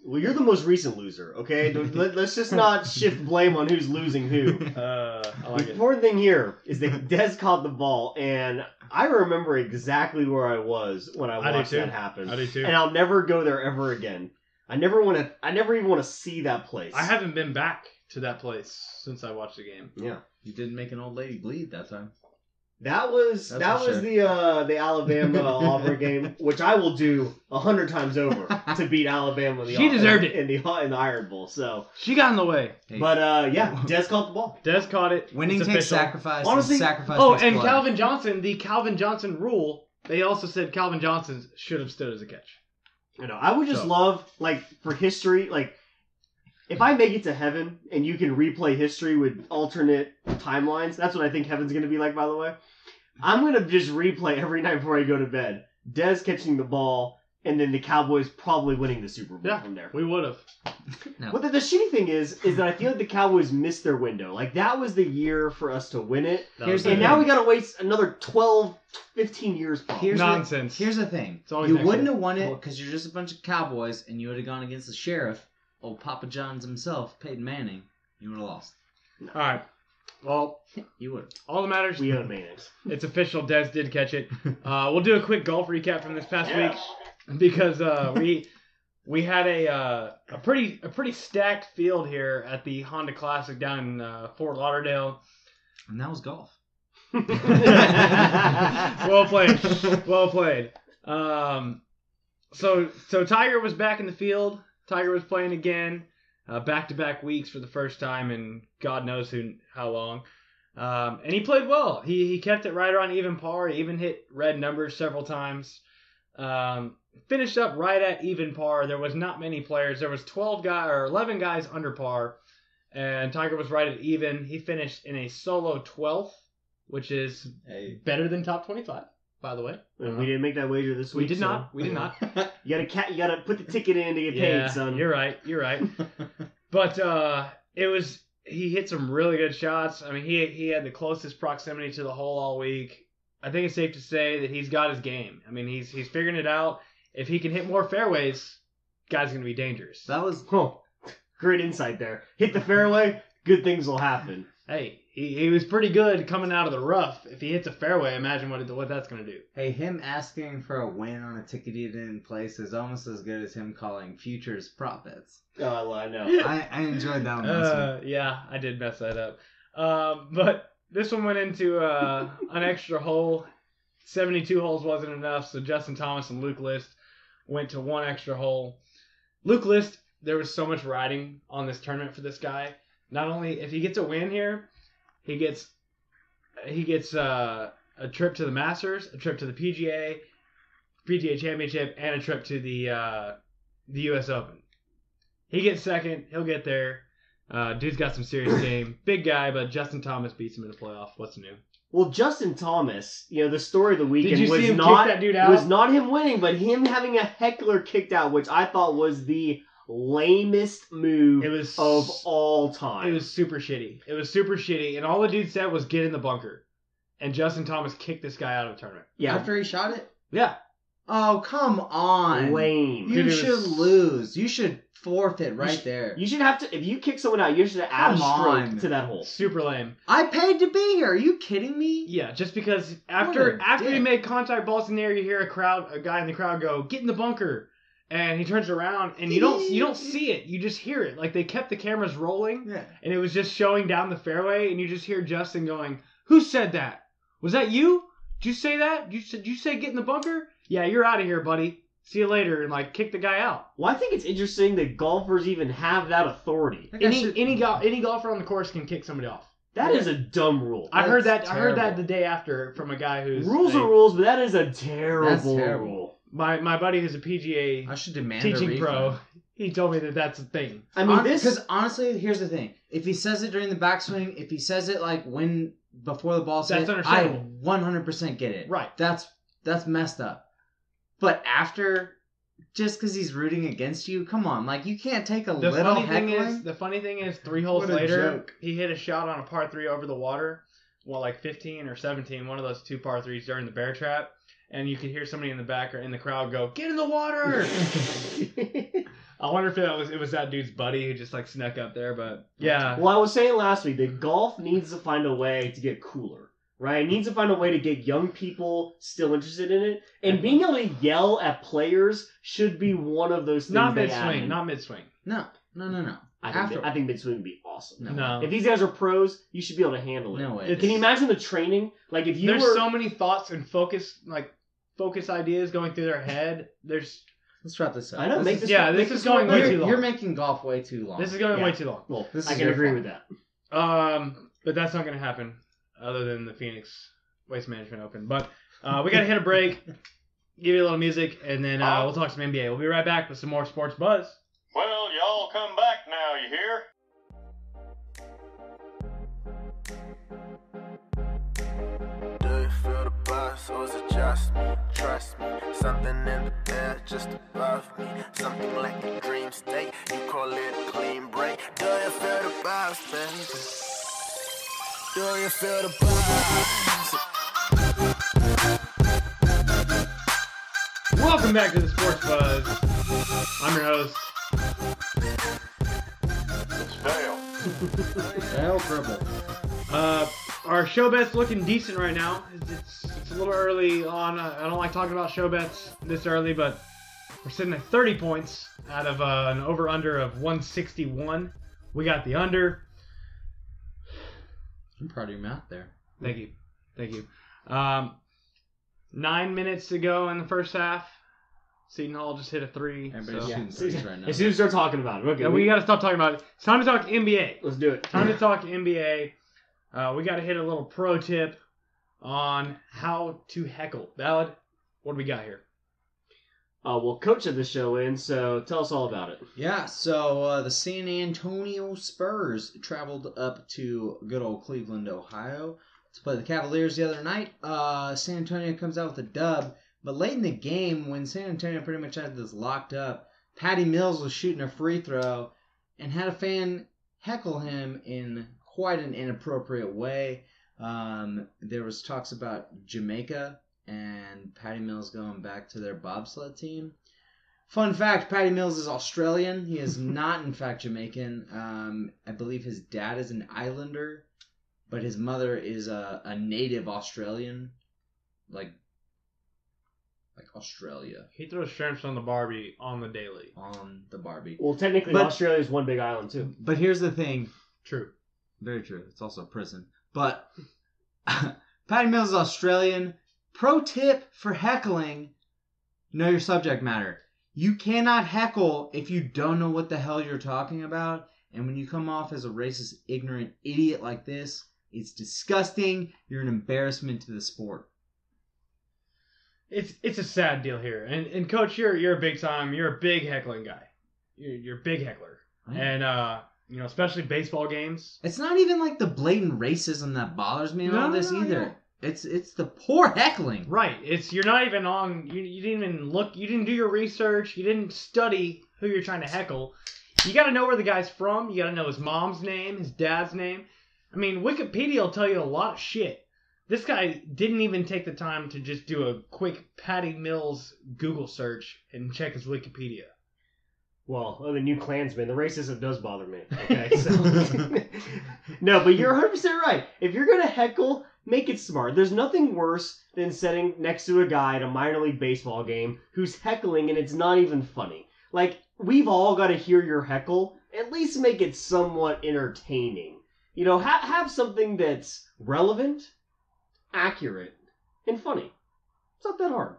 Speaker 6: well, you're the most recent loser. Okay, Don't- let, let's just not shift blame on who's losing who.
Speaker 3: Uh, I
Speaker 6: the important thing here is that Des caught the ball, and I remember exactly where I was when I
Speaker 3: I do
Speaker 6: watched
Speaker 3: too.
Speaker 6: that happen.
Speaker 3: I do too.
Speaker 6: And I'll never go there ever again. I never want to. I never even want to see that place.
Speaker 3: I haven't been back to that place since I watched the game.
Speaker 6: Yeah,
Speaker 4: You didn't make an old lady bleed that time.
Speaker 6: that was
Speaker 4: That's
Speaker 6: that
Speaker 4: for
Speaker 6: was
Speaker 4: sure.
Speaker 6: the uh, the Alabama Auburn game, which I will do a hundred times over to beat Alabama. In the
Speaker 3: She deserved it.
Speaker 6: in the in the Iron Bowl. So,
Speaker 3: She got in the way.
Speaker 4: Hey,
Speaker 6: but uh, yeah, Des caught the ball.
Speaker 3: Des caught it.
Speaker 4: winning
Speaker 3: It's
Speaker 4: takes
Speaker 3: official.
Speaker 4: sacrifice.
Speaker 6: Honestly-
Speaker 4: and sacrifice
Speaker 3: Oh,
Speaker 4: takes
Speaker 3: and
Speaker 4: blood.
Speaker 3: Calvin Johnson, the Calvin Johnson rule. They also said Calvin Johnson should have stood as a catch.
Speaker 6: You know, I would just
Speaker 3: So-
Speaker 6: love like for history, like if I make it to heaven and you can replay history with alternate timelines, that's what I think heaven's gonna be like. By the way, I'm gonna just replay every night before I go to bed. Dez catching the ball, and then the Cowboys probably winning the Super Bowl
Speaker 3: Yeah.
Speaker 6: from there.
Speaker 3: We would have.
Speaker 6: Well, the, the shitty thing is, is that I feel like the Cowboys missed their window. Like that was the year for us to win it,
Speaker 4: Here's the
Speaker 6: and now
Speaker 4: thing.
Speaker 6: we gotta wait another 12, 15 years. Probably.
Speaker 4: Here's
Speaker 3: Nonsense.
Speaker 4: The, here's the thing.
Speaker 3: It's always
Speaker 4: You
Speaker 3: next
Speaker 4: wouldn't
Speaker 3: year.
Speaker 4: have won it because you're just a bunch of cowboys, and you would have gone against the sheriff, old Papa John's himself, Peyton Manning. You would have lost.
Speaker 3: All right. Well,
Speaker 4: You would.
Speaker 3: all that matters.
Speaker 6: We own Manix.
Speaker 3: It's official. Des did catch it. Uh, we'll do a quick golf recap from this past
Speaker 6: Yeah.
Speaker 3: week because uh, we we had a uh, a pretty a pretty stacked field here at the Honda Classic down in uh, Fort Lauderdale.
Speaker 4: And that was golf.
Speaker 3: well played, well played. Um, so so Tiger was back in the field. Tiger was playing again, back to back weeks for the first time in God knows who how long. Um, and he played well. He he kept it right around even par. He even hit red numbers several times. Um, finished up right at even par. There was not many players. There was twelve guy or eleven guys under par, and Tiger was right at even. He finished in a solo twelfth, which is
Speaker 4: Hey.
Speaker 3: better than top twenty-five. By the way,
Speaker 6: And we didn't make that wager this
Speaker 3: we
Speaker 6: week.
Speaker 3: did
Speaker 6: so-
Speaker 3: not. We did not.
Speaker 6: You gotta cat. You gotta put the ticket in to get paid, son.
Speaker 3: You're right. You're right. but uh, it was he hit some really good shots. I mean, he he had the closest proximity to the hole all week. I think it's safe to say that he's got his game. I mean, he's he's figuring it out. If he can hit more fairways, guy's gonna be dangerous.
Speaker 4: that was.
Speaker 6: Huh. Great insight there. Hit the fairway, good things will happen.
Speaker 3: hey, he, he was pretty good coming out of the rough. If he hits a fairway, imagine what it, what that's gonna do.
Speaker 4: Hey, him asking for a win on a ticket he didn't place is almost as good as him calling futures profits.
Speaker 6: Oh, I know.
Speaker 4: I, I enjoyed that one. last
Speaker 3: Uh, yeah, I did mess that up. Um, but this one went into uh, an extra hole. 72 holes wasn't enough, so Justin Thomas and Luke List went to one extra hole. Luke List, there was so much riding on this tournament for this guy. Not only if he gets a win here, he gets he gets uh, a trip to the Masters, a trip to the PGA, PGA Championship, and a trip to the uh, the U.S. Open. He gets second. He'll get there. Uh, dude's got some serious game. Big guy, but Justin Thomas beats him in the playoff. What's new?
Speaker 6: Well, Justin Thomas, you know the story of the weekend
Speaker 3: you see
Speaker 6: was
Speaker 3: him kick
Speaker 6: not
Speaker 3: that dude out?
Speaker 6: was not him winning, but him having a heckler kicked out, which I thought was the lamest move
Speaker 3: It was
Speaker 6: of all time.
Speaker 3: It was super shitty. It was super shitty, and all the dude said was get in the bunker. And Justin Thomas kicked this guy out of the tournament.
Speaker 4: one.
Speaker 6: yeah,
Speaker 4: After he shot it?
Speaker 3: Yeah.
Speaker 4: Oh, come on.
Speaker 6: lame.
Speaker 4: You
Speaker 3: Dude, it
Speaker 4: should
Speaker 3: was-
Speaker 4: lose. You should forfeit right
Speaker 6: sh-
Speaker 4: there.
Speaker 6: You should have to if you kick someone out, you should add a
Speaker 4: Come
Speaker 6: stroke
Speaker 4: on.
Speaker 6: to that hole.
Speaker 3: Super lame.
Speaker 4: I paid to be here. Are you kidding me?
Speaker 3: Yeah, just because after
Speaker 4: What a
Speaker 3: after he
Speaker 4: dick.
Speaker 3: made contact balls in there, you hear a crowd, a guy in the crowd go, "Get in the bunker," and he turns around, and you don't you don't see it, you just hear it. Like they kept the cameras rolling,
Speaker 4: Yeah.
Speaker 3: and it was just showing down the fairway, and you just hear Justin going, "Who said that? Was that you? Did you say that? You said you say get in the bunker? Yeah, you're out of here, buddy. See you later," and like kick the guy out.
Speaker 6: Well, I think it's interesting that golfers even have that authority.
Speaker 4: That guy
Speaker 3: Any
Speaker 4: should-
Speaker 3: any go- any golfer on the course can kick somebody off.
Speaker 6: That is a dumb rule.
Speaker 3: I heard that.
Speaker 4: That's
Speaker 3: I heard that
Speaker 4: terrible.
Speaker 3: the day after from a guy who's
Speaker 6: rules
Speaker 3: a-
Speaker 6: are rules, but that is a terrible,
Speaker 4: That's terrible.
Speaker 6: rule.
Speaker 3: My my buddy who's a PGA
Speaker 4: I should demand a
Speaker 3: teaching
Speaker 4: refund.
Speaker 3: pro. He told me that that's a thing.
Speaker 6: I mean, this
Speaker 4: because honestly, here's the thing: if he says it during the backswing, if he says it like when before the ball's
Speaker 3: That's
Speaker 4: hit, I
Speaker 3: understandable.
Speaker 4: 100 percent get it.
Speaker 3: Right.
Speaker 4: That's that's messed up. But after, just because he's rooting against you, come on, like you can't take a
Speaker 3: The
Speaker 4: little
Speaker 3: funny thing is,
Speaker 4: heckling.
Speaker 3: the funny thing is, three holes
Speaker 4: What a
Speaker 3: later,
Speaker 4: joke.
Speaker 3: he hit a shot on a par three over the water. Well, like 15 or 17, one of those two par threes during the bear trap, and you could hear somebody in the back or in the crowd go, "Get in the water!" I wonder if that was it was that dude's buddy who just like snuck up there, but yeah,
Speaker 6: Well, I was saying last week that golf needs to find a way to get cooler, right? It needs to find a way to get young people still interested in it. And being able to yell at players should be one of those things.
Speaker 3: not
Speaker 6: they
Speaker 3: mid swing,
Speaker 6: add.
Speaker 3: not mid swing.
Speaker 4: no, no, no, no.
Speaker 6: I think,
Speaker 4: after-
Speaker 6: I think mid swing would be awesome.
Speaker 4: No.
Speaker 3: No,
Speaker 6: If these guys are pros, you should be able to handle it.
Speaker 4: No way.
Speaker 3: It's-
Speaker 6: Can you imagine the training? Like if you
Speaker 3: there's
Speaker 6: were
Speaker 3: so many thoughts and focus like focus ideas going through their head. There's
Speaker 4: Let's wrap this up.
Speaker 6: I know, make this
Speaker 3: yeah,
Speaker 6: make
Speaker 3: this is going way
Speaker 4: you're,
Speaker 3: too long.
Speaker 4: you're making golf way too long.
Speaker 3: this is going way
Speaker 6: Yeah.
Speaker 3: too long.
Speaker 6: Well,
Speaker 4: This
Speaker 6: I
Speaker 4: is
Speaker 6: can
Speaker 4: your
Speaker 6: agree
Speaker 4: fault.
Speaker 6: with that.
Speaker 3: Um, but that's not going to happen, other than the Phoenix Waste Management Open. But uh, we got to hit a break, give you a little music, and then uh, we'll talk some NBA. We'll be right back with some more sports buzz.
Speaker 7: Well, y'all come back now, you hear?
Speaker 8: Do you feel the buzz or is it just me? Trust me, something in the air just above me. Something like a dream state, you call it a clean break. Do you feel the buzz, baby? Do you feel the buzz?
Speaker 3: Welcome back to the sports buzz. I'm your host.
Speaker 4: Hell, dribble.
Speaker 3: Uh, our show bet's looking decent right now. It's, it's, it's a little early on. Uh, I don't like talking about show bets this early, but we're sitting at 30 points out of uh, an over under of 161. We got the under.
Speaker 4: I'm proud of your mouth there.
Speaker 3: Thank you. Thank you. Um, nine minutes to go in the first half. Seton Hall just hit a three.
Speaker 4: Everybody's
Speaker 3: so-
Speaker 4: shooting threes right now.
Speaker 6: As soon as they're talking about it, okay,
Speaker 3: Yeah, we got to stop talking about it. It's time to talk NBA.
Speaker 6: let's do it.
Speaker 3: Time to talk NBA. Uh, we got to hit a little pro tip on how to heckle. Valid? What do we got here?
Speaker 6: Uh, well, coach of the show in, so tell us all about it.
Speaker 4: Yeah, so uh, the San Antonio Spurs traveled up to good old Cleveland, Ohio, to play the Cavaliers the other night. Uh, San Antonio comes out with a dub, but late in the game, when San Antonio pretty much had this locked up, Patty Mills was shooting a free throw and had a fan heckle him in quite an inappropriate way. Um, there was talks about Jamaica and Patty Mills going back to their bobsled team. Fun fact: Patty Mills is Australian. He is not, in fact, Jamaican. Um, I believe his dad is an Islander, but his mother is a, a native Australian, like like Australia
Speaker 3: He throws shrimps on the Barbie on the daily.
Speaker 4: on the Barbie.
Speaker 6: Well, technically,
Speaker 4: But-
Speaker 6: Australia is one big island too.
Speaker 4: But here's the thing:
Speaker 3: True.
Speaker 4: very true. It's also a prison. But Patty Mills is Australian. Pro tip for heckling: know your subject matter. You cannot heckle if you don't know what the hell you're talking about. And when you come off as a racist, ignorant idiot like this, it's disgusting. You're an embarrassment to the sport.
Speaker 3: It's it's a sad deal here. And and coach, you're you're a big time. You're a big heckling guy. You're, you're a big heckler. And uh, you know, especially baseball games.
Speaker 4: It's not even like the blatant racism that bothers me in all
Speaker 3: No,
Speaker 4: this
Speaker 3: no,
Speaker 4: either.
Speaker 3: no.
Speaker 4: It's it's the poor heckling.
Speaker 3: Right. It's you're not even on. You, you didn't even look. You didn't do your research. You didn't study who you're trying to heckle. You got to know where the guy's from. You got to know his mom's name, his dad's name. I mean, Wikipedia will tell you a lot of shit. This guy didn't even take the time to just do a quick Patty Mills Google search and check his Wikipedia.
Speaker 6: Well, other new Klansman, the racism does bother me. Okay, so no, but you're 100 percent right. If you're gonna heckle, make it smart. There's nothing worse than sitting next to a guy at a minor league baseball game who's heckling and it's not even funny. Like we've all got to hear your heckle. At least make it somewhat entertaining. You know, ha- have something that's relevant, accurate, and funny. It's not that hard.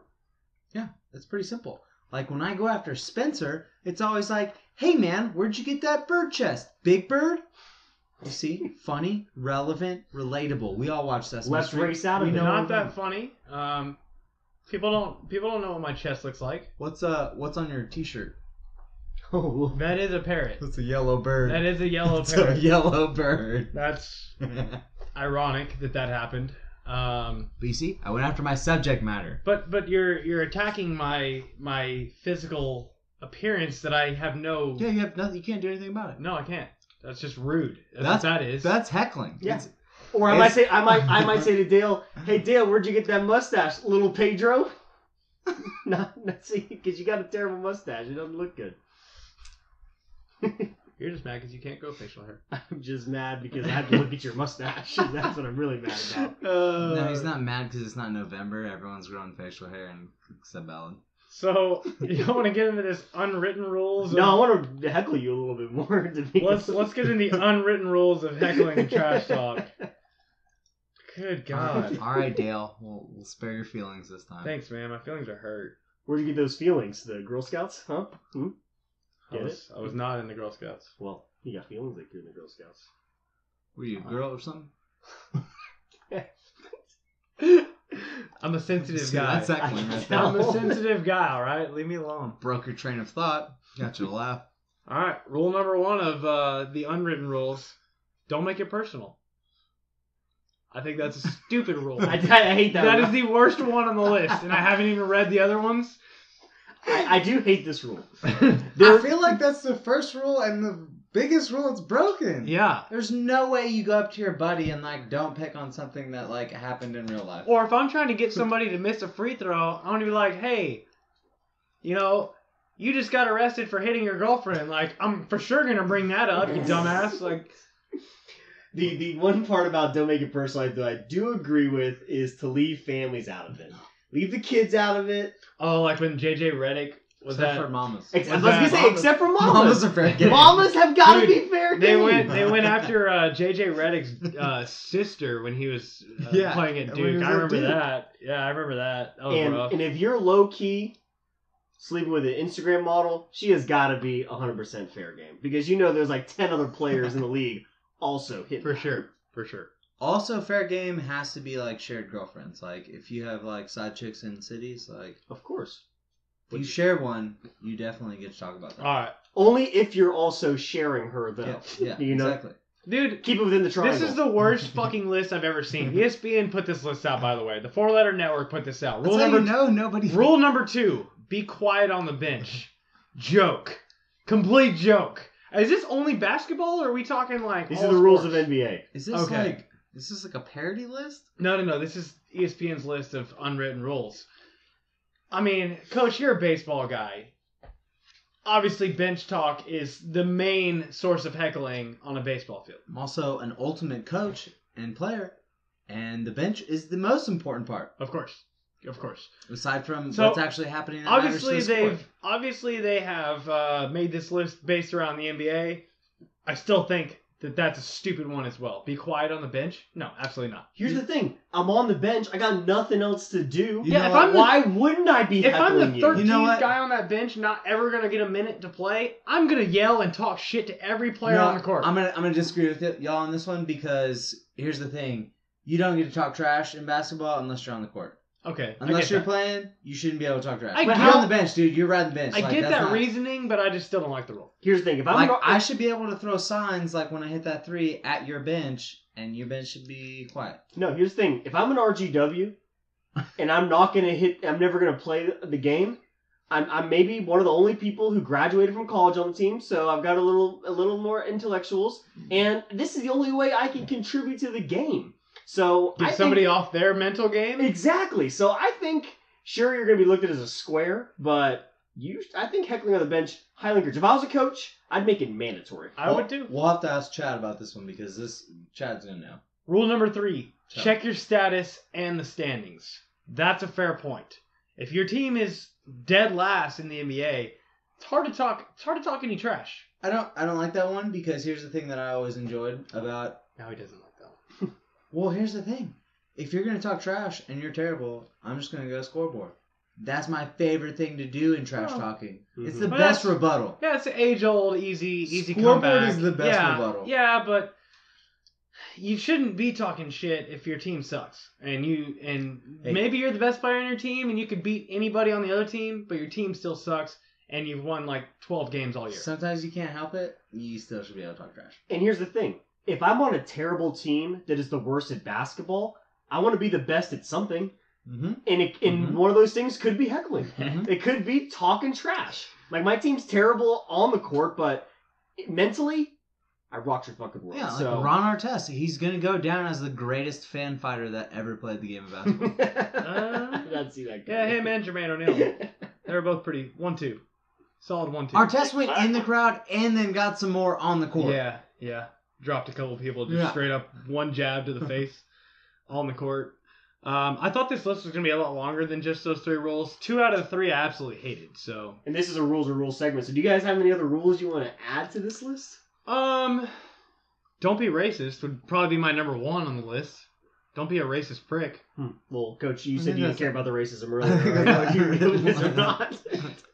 Speaker 4: Yeah, that's pretty simple. Like when I go after Spencer, it's always like, "Hey man, where'd you get that bird chest? Big bird?" You see, funny, relevant, relatable. We all watch Sesame
Speaker 6: Let's
Speaker 4: Street.
Speaker 6: race out of
Speaker 4: we
Speaker 6: it.
Speaker 4: know
Speaker 3: Not
Speaker 4: we're
Speaker 3: that
Speaker 4: gonna-
Speaker 3: funny. Um, people don't people don't know what my chest looks like.
Speaker 4: What's uh? What's on your T-shirt?
Speaker 6: Oh,
Speaker 3: That is a parrot.
Speaker 4: That's a yellow bird.
Speaker 3: That is a yellow
Speaker 4: It's a
Speaker 3: parrot.
Speaker 4: yellow bird.
Speaker 3: That's
Speaker 4: but
Speaker 3: ironic that that happened. Um,
Speaker 4: you see, I went after my subject matter.
Speaker 3: but but you're you're attacking my my physical appearance that I have no
Speaker 4: Yeah, you have nothing. You can't do anything about it.
Speaker 3: no I can't. That's just rude.
Speaker 4: That's-
Speaker 3: That's, what that is.
Speaker 4: That's heckling.
Speaker 6: Yeah.
Speaker 4: It's-
Speaker 6: Or I might
Speaker 4: It's-
Speaker 6: say, I might, I might say to Dale, "Hey Dale, where'd you get that mustache, little Pedro?" not, not see, because you got a terrible mustache. It doesn't look good.
Speaker 3: you're just mad because you can't go facial hair.
Speaker 6: I'm just mad because I had to look at your mustache. That's what I'm really mad about.
Speaker 3: Uh,
Speaker 4: no,
Speaker 6: Uh,
Speaker 4: he's not mad because it's not November. Everyone's growing facial hair and except Alan.
Speaker 3: So you don't want to get into this unwritten rules.
Speaker 6: No, I
Speaker 3: Of,
Speaker 6: want to heckle you a little bit more. To be
Speaker 3: let's let's get into the unwritten rules of heckling and trash talk. Good
Speaker 4: All
Speaker 3: God.
Speaker 4: right, all right, Dale. We'll, we'll spare your feelings this time.
Speaker 3: Thanks, man. My feelings are hurt.
Speaker 6: Where'd you get those feelings? The Girl Scouts, huh? Hmm?
Speaker 3: I
Speaker 6: Get
Speaker 3: was,
Speaker 6: it?
Speaker 3: I was not in the Girl Scouts.
Speaker 6: Well, you got feelings like you're in the Girl Scouts.
Speaker 4: Were you a girl or something?
Speaker 3: I'm a sensitive
Speaker 4: See,
Speaker 3: guy.
Speaker 4: That's heckling right
Speaker 6: No.
Speaker 3: I'm
Speaker 4: there.
Speaker 3: a sensitive guy, all right? Leave me alone.
Speaker 4: Broke your train of thought. Got you to laugh.
Speaker 3: All right. Rule number one of uh, the unwritten rules don't make it personal. I think that's a stupid rule.
Speaker 6: I, I hate that.
Speaker 3: that
Speaker 6: rule.
Speaker 3: is the worst one on the list, and I haven't even read the other ones.
Speaker 6: I, I do hate this rule.
Speaker 4: I feel like that's the first rule and the biggest rule. It's broken.
Speaker 3: Yeah.
Speaker 4: There's no way you go up to your buddy and like don't pick on something that like happened in real life.
Speaker 3: Or if I'm trying to get somebody to miss a free throw, I'm gonna be like, hey, you know, you just got arrested for hitting your girlfriend. Like, I'm for sure gonna bring that up, you dumbass. Like,
Speaker 6: The the one part about don't make it personal that I do agree with is to leave families out of it. Leave the kids out of it.
Speaker 3: oh, like when JJ Redick was
Speaker 4: Except
Speaker 3: that.
Speaker 4: for mamas.
Speaker 6: Ex- I was
Speaker 3: Was
Speaker 6: gonna
Speaker 3: that
Speaker 6: say,
Speaker 4: mamas?
Speaker 6: except for
Speaker 4: Mamas
Speaker 6: mamas.
Speaker 4: are fair game.
Speaker 6: Mamas have got to
Speaker 3: Dude,
Speaker 6: be fair game.
Speaker 3: they went. They went after uh, JJ Redick's uh, sister when he was uh,
Speaker 4: Yeah,
Speaker 3: playing at
Speaker 4: when he
Speaker 3: Duke.
Speaker 4: was
Speaker 3: I
Speaker 4: at
Speaker 3: remember
Speaker 4: Duke.
Speaker 3: that. Yeah, I remember that. That was
Speaker 6: and,
Speaker 3: rough.
Speaker 6: and if you're low key sleeping with an Instagram model, she has got to be 100% fair game because you know there's like 10 other players in the league also hitting
Speaker 3: for
Speaker 6: that.
Speaker 3: sure, for sure.
Speaker 4: Also, fair game has to be like shared girlfriends. Like if you have like side chicks in cities, like
Speaker 6: Of course.
Speaker 4: if you share one, you definitely get to talk about
Speaker 3: All
Speaker 4: that.
Speaker 3: right,
Speaker 6: Only if you're also sharing her though.
Speaker 4: yeah, yeah,
Speaker 6: you know,
Speaker 4: exactly.
Speaker 3: dude.
Speaker 6: keep it within the triangle.
Speaker 3: This is the worst fucking list I've ever seen. E ESPN put this list out, by the way. The Four Letter Network put this out.
Speaker 4: That's
Speaker 3: Rule
Speaker 4: how
Speaker 3: number
Speaker 4: you know nobody.
Speaker 3: Rule number two: Be quiet on the bench. Joke. Complete joke. Is this only basketball, or are we talking like
Speaker 6: These
Speaker 3: all
Speaker 6: are the rules of
Speaker 3: sports?
Speaker 6: NBA.
Speaker 4: Is this
Speaker 3: Okay.
Speaker 4: like is this like a parody list?
Speaker 3: No, no, no. This is E ESPN's list of unwritten rules. I mean, coach, you're a baseball guy. Obviously, bench talk is the main source of heckling on a baseball field.
Speaker 4: I'm also an ultimate coach and player, and the bench is the most important part.
Speaker 3: Of course, of course.
Speaker 4: Aside from
Speaker 3: So,
Speaker 4: what's actually happening. That matters to
Speaker 3: obviously
Speaker 4: the sport.
Speaker 3: they've obviously they have uh, made this list based around the NBA. I still think that that's a stupid one as well. Be quiet on the bench? No, absolutely not.
Speaker 6: Here's the thing. I'm on the bench. I got nothing else to do.
Speaker 4: You Yeah, know if
Speaker 3: what? I'm the-
Speaker 6: why wouldn't I be
Speaker 3: If I'm
Speaker 6: heckling
Speaker 3: the
Speaker 6: you?
Speaker 3: thirteenth
Speaker 4: know what?
Speaker 3: guy on that bench, not ever gonna get a minute to play, I'm gonna yell and talk shit to every player
Speaker 4: No,
Speaker 3: on the court.
Speaker 4: I'm gonna I'm gonna disagree with y- y'all on this one because here's the thing: you don't get to talk trash in basketball unless you're on the court.
Speaker 3: okay, I
Speaker 4: Unless
Speaker 3: get
Speaker 4: you're
Speaker 3: that.
Speaker 4: playing, you shouldn't be able to talk trash.
Speaker 3: I
Speaker 4: But
Speaker 3: get-
Speaker 4: you're on the bench, dude. You're riding the bench.
Speaker 3: I
Speaker 4: Like,
Speaker 3: get
Speaker 4: that's
Speaker 3: that
Speaker 4: not-
Speaker 3: reasoning, but I just still don't like the rule.
Speaker 6: Here's the thing. If I'm
Speaker 4: Like
Speaker 6: not-
Speaker 4: I should be able to throw signs like when I hit that three at your bench, and your bench should be quiet.
Speaker 6: No, here's the thing. If I'm an RGW and I'm not going to hit, I'm never going to play the- the game. I'm, I'm maybe one of the only people who graduated from college on the team, so I've got a little a little more intellectuals, and this is the only way I can contribute to the game. So I
Speaker 3: Get
Speaker 6: think-
Speaker 3: somebody off their mental game.
Speaker 6: exactly. So I think sure you're going to be looked at as a square, but you I think heckling on the bench highly encouraged. If I was a coach, I'd make it mandatory.
Speaker 3: I would do.
Speaker 4: We'll have to ask Chad about this one because this Chad's gonna know.
Speaker 3: Rule number three:
Speaker 4: So-
Speaker 3: check your status and the standings. That's a fair point. If your team is dead last in the NBA, it's hard to talk. It's hard to talk any trash.
Speaker 4: I don't I don't like that one because here's the thing that I always enjoyed about
Speaker 3: No, he doesn't like that. one.
Speaker 4: Well, here's the thing. If you're gonna talk trash and you're terrible, I'm just gonna go scoreboard. That's my favorite thing to do in trash
Speaker 3: Oh.
Speaker 4: talking. It's
Speaker 6: Mhm.
Speaker 4: the
Speaker 3: Well,
Speaker 4: best
Speaker 3: that's-
Speaker 4: rebuttal.
Speaker 3: Yeah, it's an age-old, easy, easy
Speaker 4: Scoreboard
Speaker 3: comeback.
Speaker 4: is the best
Speaker 3: yeah,
Speaker 4: rebuttal.
Speaker 3: Yeah, but you shouldn't be talking shit if your team sucks and you and
Speaker 4: Hey.
Speaker 3: maybe you're the best player on your team and you could beat anybody on the other team, but your team still sucks and you've won like 12 games all year.
Speaker 4: Sometimes you can't help it. You still should be able to talk trash.
Speaker 6: And here's the thing if I'm on a terrible team that is the worst at basketball, I want to be the best at something.
Speaker 4: Mm-hmm.
Speaker 6: And, it, and
Speaker 4: Mhm.
Speaker 6: one of those things could be heckling.
Speaker 4: Mhm.
Speaker 6: It could be talking trash. Like, my team's terrible on the court, but mentally, I rock your fucking world.
Speaker 4: Yeah, like
Speaker 6: so.
Speaker 4: Ron Artest, he's gonna go down as the greatest fan fighter that ever played the game of basketball.
Speaker 3: Uh,
Speaker 6: Not see that.
Speaker 3: yeah, him
Speaker 6: coming.
Speaker 3: and Jermaine O'Neal. they were both pretty one two, solid one two.
Speaker 4: Artest went in the crowd and then got some more on the court.
Speaker 3: Yeah, yeah. Dropped a couple people just
Speaker 4: Yeah.
Speaker 3: straight up one jab to the face on the court. Um, I thought this list was gonna be a lot longer than just those three rules. Two out of the three I absolutely hated. So
Speaker 6: And this is a rules or rules segment. So, do you guys have any other rules you want to add to this list?
Speaker 3: Um, don't be racist would probably be my number one on the list. Don't be a racist prick.
Speaker 6: Hmm. Well, Coach, you
Speaker 4: I
Speaker 6: said
Speaker 4: think
Speaker 6: you didn't
Speaker 4: that's-
Speaker 6: care about the racism
Speaker 4: I think
Speaker 6: earlier.
Speaker 4: that's-
Speaker 6: Right? Do you really this or not?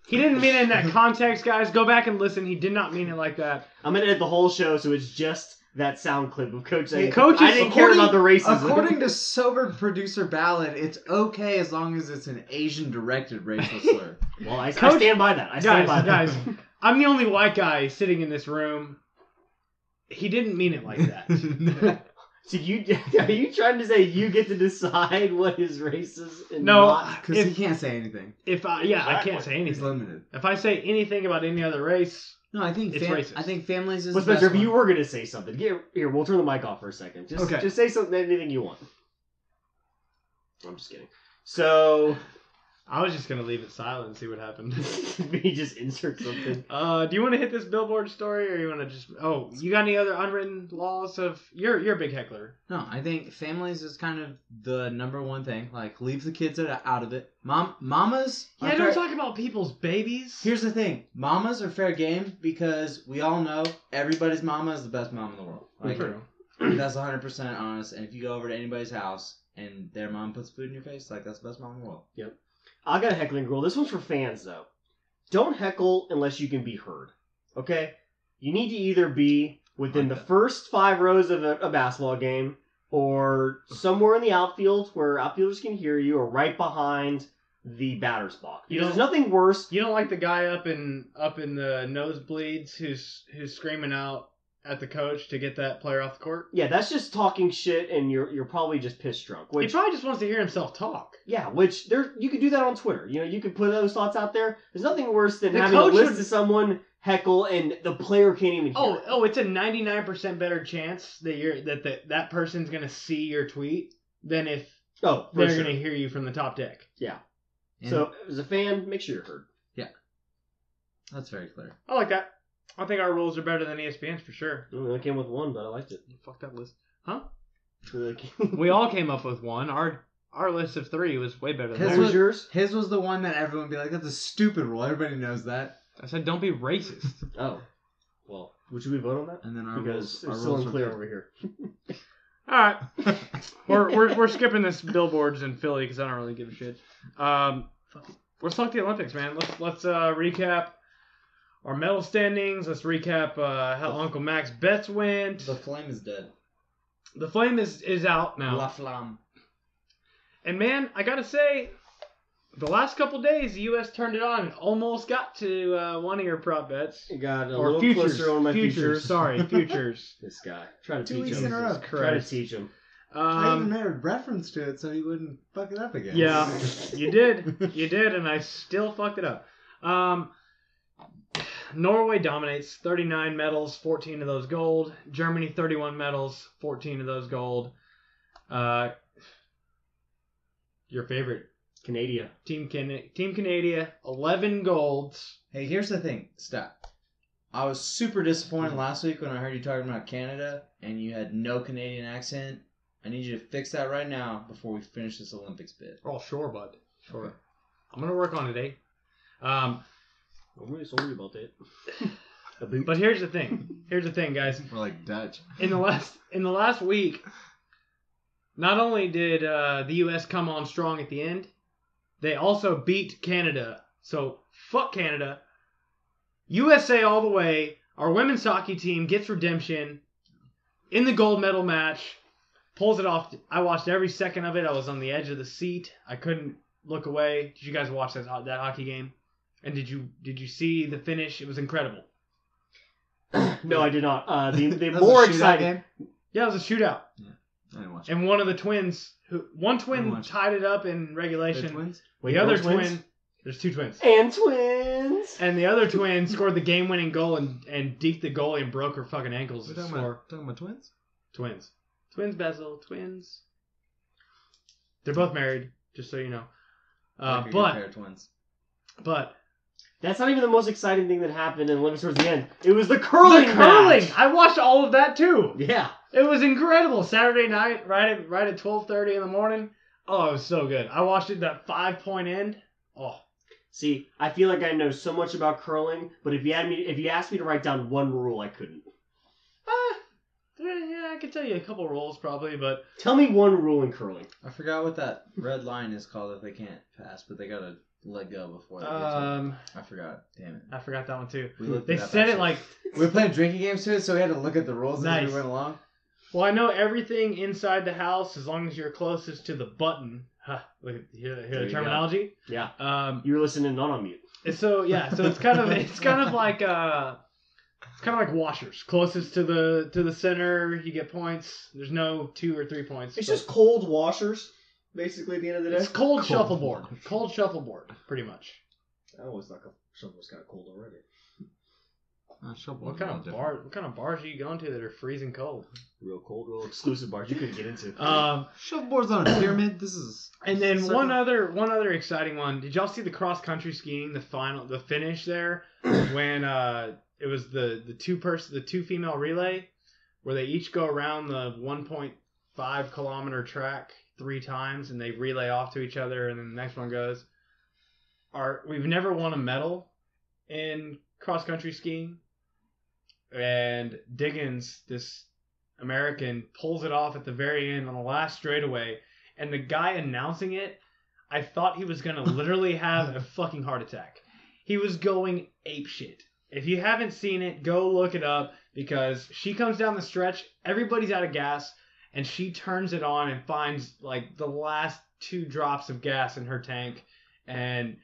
Speaker 3: He didn't mean it in that context, guys. Go back and listen. He did not mean it like that.
Speaker 6: I'm gonna edit the whole show, so it's just that sound clip of Coach saying,
Speaker 3: Coach
Speaker 6: "I
Speaker 3: is-
Speaker 6: didn't care about the racism."
Speaker 4: According to sober producer Ballad, it's okay as long as it's an Asian directed racial slur.
Speaker 6: well, I, I
Speaker 3: Coach-
Speaker 6: stand by that. I stand by
Speaker 3: Guys, guys,
Speaker 6: that.
Speaker 3: I'm the only white guy sitting in this room. He didn't mean it like that.
Speaker 6: So you are you trying to say you get to decide what is racist and
Speaker 3: No,
Speaker 6: not?
Speaker 4: Because he
Speaker 3: If-
Speaker 4: can't say anything.
Speaker 3: If I yeah, I can't say
Speaker 4: He's
Speaker 3: anything.
Speaker 4: limited.
Speaker 3: If I say anything about any other race,
Speaker 4: No, I think
Speaker 3: It's
Speaker 4: fam-
Speaker 3: racist.
Speaker 4: I think families is
Speaker 6: Well,
Speaker 4: the
Speaker 6: Spencer, if
Speaker 4: best
Speaker 6: you
Speaker 4: one.
Speaker 6: were gonna say something, here, here we'll turn the mic off for a second. Just,
Speaker 3: Okay.
Speaker 6: just say something, anything you want. I'm just kidding. So,
Speaker 3: I was just gonna leave it silent and see what happened.
Speaker 6: we just insert something.
Speaker 3: Uh, do you want to hit this billboard story, or you want to just? Oh, you got any other unwritten laws of? You're you're a big heckler.
Speaker 4: No, I think families is kind of the number one thing. Like, leave the kids out out of it. Mom, mamas.
Speaker 3: Yeah,
Speaker 4: are
Speaker 3: don't
Speaker 4: fair-
Speaker 3: talk about people's babies.
Speaker 4: Here's the thing, mamas are fair game because we all know everybody's mama is the best mom in the world. Like,
Speaker 3: True.
Speaker 4: that's 100 percent honest. And if you go over to anybody's house and their mom puts food in your face, like that's the best mom in the world.
Speaker 6: I got a heckling rule. This one's for fans though. Don't heckle unless you can be heard. Okay? You need to either be within the
Speaker 4: Like that.
Speaker 6: first five rows of a, a basketball game, or somewhere in the outfield where outfielders can hear you, or right behind the batter's box.
Speaker 3: You
Speaker 6: Because there's
Speaker 3: don't-
Speaker 6: nothing worse.
Speaker 3: You don't like the guy up in up in the nosebleeds who's who's screaming out at the coach to get that player off the court.
Speaker 6: Yeah, that's just talking shit, and you're you're probably just pissed drunk.
Speaker 3: He
Speaker 6: Which
Speaker 3: probably just wants to hear himself talk.
Speaker 6: yeah, which there you could do that on Twitter. You know, you could put those thoughts out there. There's nothing worse than
Speaker 3: The
Speaker 6: having to
Speaker 3: coach
Speaker 6: listen
Speaker 3: would-
Speaker 6: to someone heckle and the player can't even. Hear
Speaker 3: Oh,
Speaker 6: it.
Speaker 3: oh, it's a 99% better chance that you're that the, that person's gonna see your tweet than if
Speaker 6: oh, for
Speaker 3: they're
Speaker 6: sure.
Speaker 3: gonna hear you from the top deck.
Speaker 4: And
Speaker 6: So as a fan, make sure you're heard.
Speaker 4: that's very clear.
Speaker 3: I like that. I think our rules are better than E ESPN's for sure.
Speaker 6: I only came with one, but I liked it.
Speaker 3: Fuck that list.
Speaker 6: What
Speaker 3: We all came up with one. Our our list of three was way better than
Speaker 6: was
Speaker 4: His
Speaker 3: theirs.
Speaker 4: was-
Speaker 6: yours?
Speaker 4: His was the one that everyone would be like, that's a stupid rule. Everybody knows that.
Speaker 3: I said, don't be racist.
Speaker 6: Oh, well, would you we vote on that?
Speaker 4: And then our
Speaker 6: Because
Speaker 4: rules, our
Speaker 6: it's still
Speaker 4: rules were
Speaker 6: unclear
Speaker 4: good.
Speaker 6: over here.
Speaker 3: All right, we're, we're we're skipping this billboards in Philly because I don't really give a shit. Um, let's talk the Olympics, man. Let's let's uh, recap our medal standings. Let's recap uh, how Uncle Max bets went.
Speaker 4: The flame is dead.
Speaker 3: The flame is is out now.
Speaker 4: La flamme.
Speaker 3: And man, I gotta say, the last couple days the U.S. turned it on and almost got to uh, one of your prop bets
Speaker 6: It got a
Speaker 3: or
Speaker 6: little
Speaker 3: futures.
Speaker 6: closer on my
Speaker 3: futures,
Speaker 6: futures.
Speaker 3: sorry, futures.
Speaker 6: This guy. Try to
Speaker 4: Two
Speaker 6: teach
Speaker 4: weeks
Speaker 6: him.
Speaker 4: in a
Speaker 6: Try
Speaker 4: row.
Speaker 6: to
Speaker 3: Christ.
Speaker 6: teach him.
Speaker 4: I even
Speaker 3: Um,
Speaker 4: made a reference to it so he wouldn't fuck it up again.
Speaker 3: yeah, you did, you did, and I still fucked it up. Um, Norway dominates, 39 medals, 14 of those gold. Germany 31 medals, 14 of those gold. Uh, your favorite
Speaker 6: Canada.
Speaker 3: team, Can- Team Canada, 11 golds.
Speaker 4: Hey, here's the thing. Stop. I was super disappointed last week when I heard you talking about Canada and you had no Canadian accent. I need you to fix that right now before we finish this Olympics bid.
Speaker 3: Oh, sure, bud. Sure. I'm gonna work on it, eh? Um,
Speaker 6: I'm really sorry about that. a boot.
Speaker 3: but here's the thing. Here's the thing, guys.
Speaker 4: We're like Dutch.
Speaker 3: In the last in the last week, not only did uh, the U.S. come on strong at the end, they also beat Canada. So fuck Canada. USA all the way. Our women's hockey team gets redemption. in the gold medal match, pulls it off. I watched every second of it. I was on the edge of the seat. I couldn't look away. Did you guys watch that that hockey game? And did you did you see the finish? It was incredible.
Speaker 6: No, I did not. Uh, the the
Speaker 4: That was a
Speaker 6: more
Speaker 4: shootout
Speaker 6: exciting.
Speaker 4: game?
Speaker 3: Yeah, it was a shootout.
Speaker 4: I didn't watch it.
Speaker 3: And one of the twins, who one twin
Speaker 4: Watch.
Speaker 3: tied it up in
Speaker 4: The
Speaker 3: regulation.
Speaker 4: twins?
Speaker 3: the other
Speaker 6: no twins?
Speaker 3: twin, there's two twins.
Speaker 6: And twins.
Speaker 3: And the other twin scored the game-winning goal and and deked the goalie and broke her fucking ankles
Speaker 4: We're
Speaker 3: to
Speaker 4: talking
Speaker 3: score.
Speaker 4: about, talking about twins?
Speaker 3: Twins. Twins, Basil. Twins. They're both married, just so you know.
Speaker 4: Like
Speaker 3: Uh,
Speaker 4: a good pair
Speaker 3: but
Speaker 4: of twins.
Speaker 3: but
Speaker 6: That's not even the most exciting thing that happened in Olympics towards the end. It was the curling.
Speaker 3: curling, curling.
Speaker 6: match.
Speaker 3: I watched all of that too.
Speaker 6: Yeah.
Speaker 3: It was incredible. Saturday night, right at right at twelve thirty in the morning. Oh, it was so good. I watched it that five point end. Oh,
Speaker 6: See, I feel like I know so much about curling, but if you had me, if you asked me to write down one rule, I couldn't.
Speaker 3: ah, yeah, I could tell you a couple rules probably, but
Speaker 6: Tell me one rule in curling.
Speaker 4: I forgot what that red line is called that they can't pass, but they gotta let go before they
Speaker 3: um,
Speaker 4: get to it. I forgot. Damn it.
Speaker 3: I forgot that one too.
Speaker 4: We looked
Speaker 3: They
Speaker 4: up,
Speaker 3: said it
Speaker 4: actually.
Speaker 3: like
Speaker 4: we were playing drinking games to it, so we had to look at the rules as
Speaker 3: Nice.
Speaker 4: we went along.
Speaker 3: Well, I know everything inside the house as long as you're closest to the button. Huh, look at- hear, hear
Speaker 4: There you
Speaker 3: the
Speaker 4: go.
Speaker 3: terminology.
Speaker 6: Yeah.
Speaker 3: Um.
Speaker 6: You're listening not on mute.
Speaker 3: So yeah. So it's kind of it's kind of like uh, it's kind of like washers. Closest to the to the center, you get points. There's no two or three points.
Speaker 6: It's
Speaker 3: but-
Speaker 6: just cold washers, basically. At the end of the day,
Speaker 3: it's cold,
Speaker 4: cold.
Speaker 3: shuffleboard. Cold shuffleboard, pretty much.
Speaker 6: I always thought something was kind of cold already.
Speaker 4: Uh,
Speaker 3: What kind of bar? What kind of bars are you going to that are freezing cold?
Speaker 6: Real cold, real exclusive bars you couldn't get into.
Speaker 3: Um.
Speaker 4: Shuffleboard's on a pyramid. This is
Speaker 3: And then
Speaker 4: Circle.
Speaker 3: one other one other exciting one. Did y'all see the cross country skiing the final the finish there when uh it was the the two person the two female relay where they each go around the 1.5 kilometer track three times and they relay off to each other and then the next one goes. Our we've never won a medal in cross country skiing. And Diggins, this American, pulls it off at the very end on the last straightaway and the guy announcing it, I thought he was gonna literally have a fucking heart attack. He was going ape shit. If you haven't seen it, go look it up because she comes down the stretch, everybody's out of gas, and she turns it on and finds like the last two drops of gas in her tank and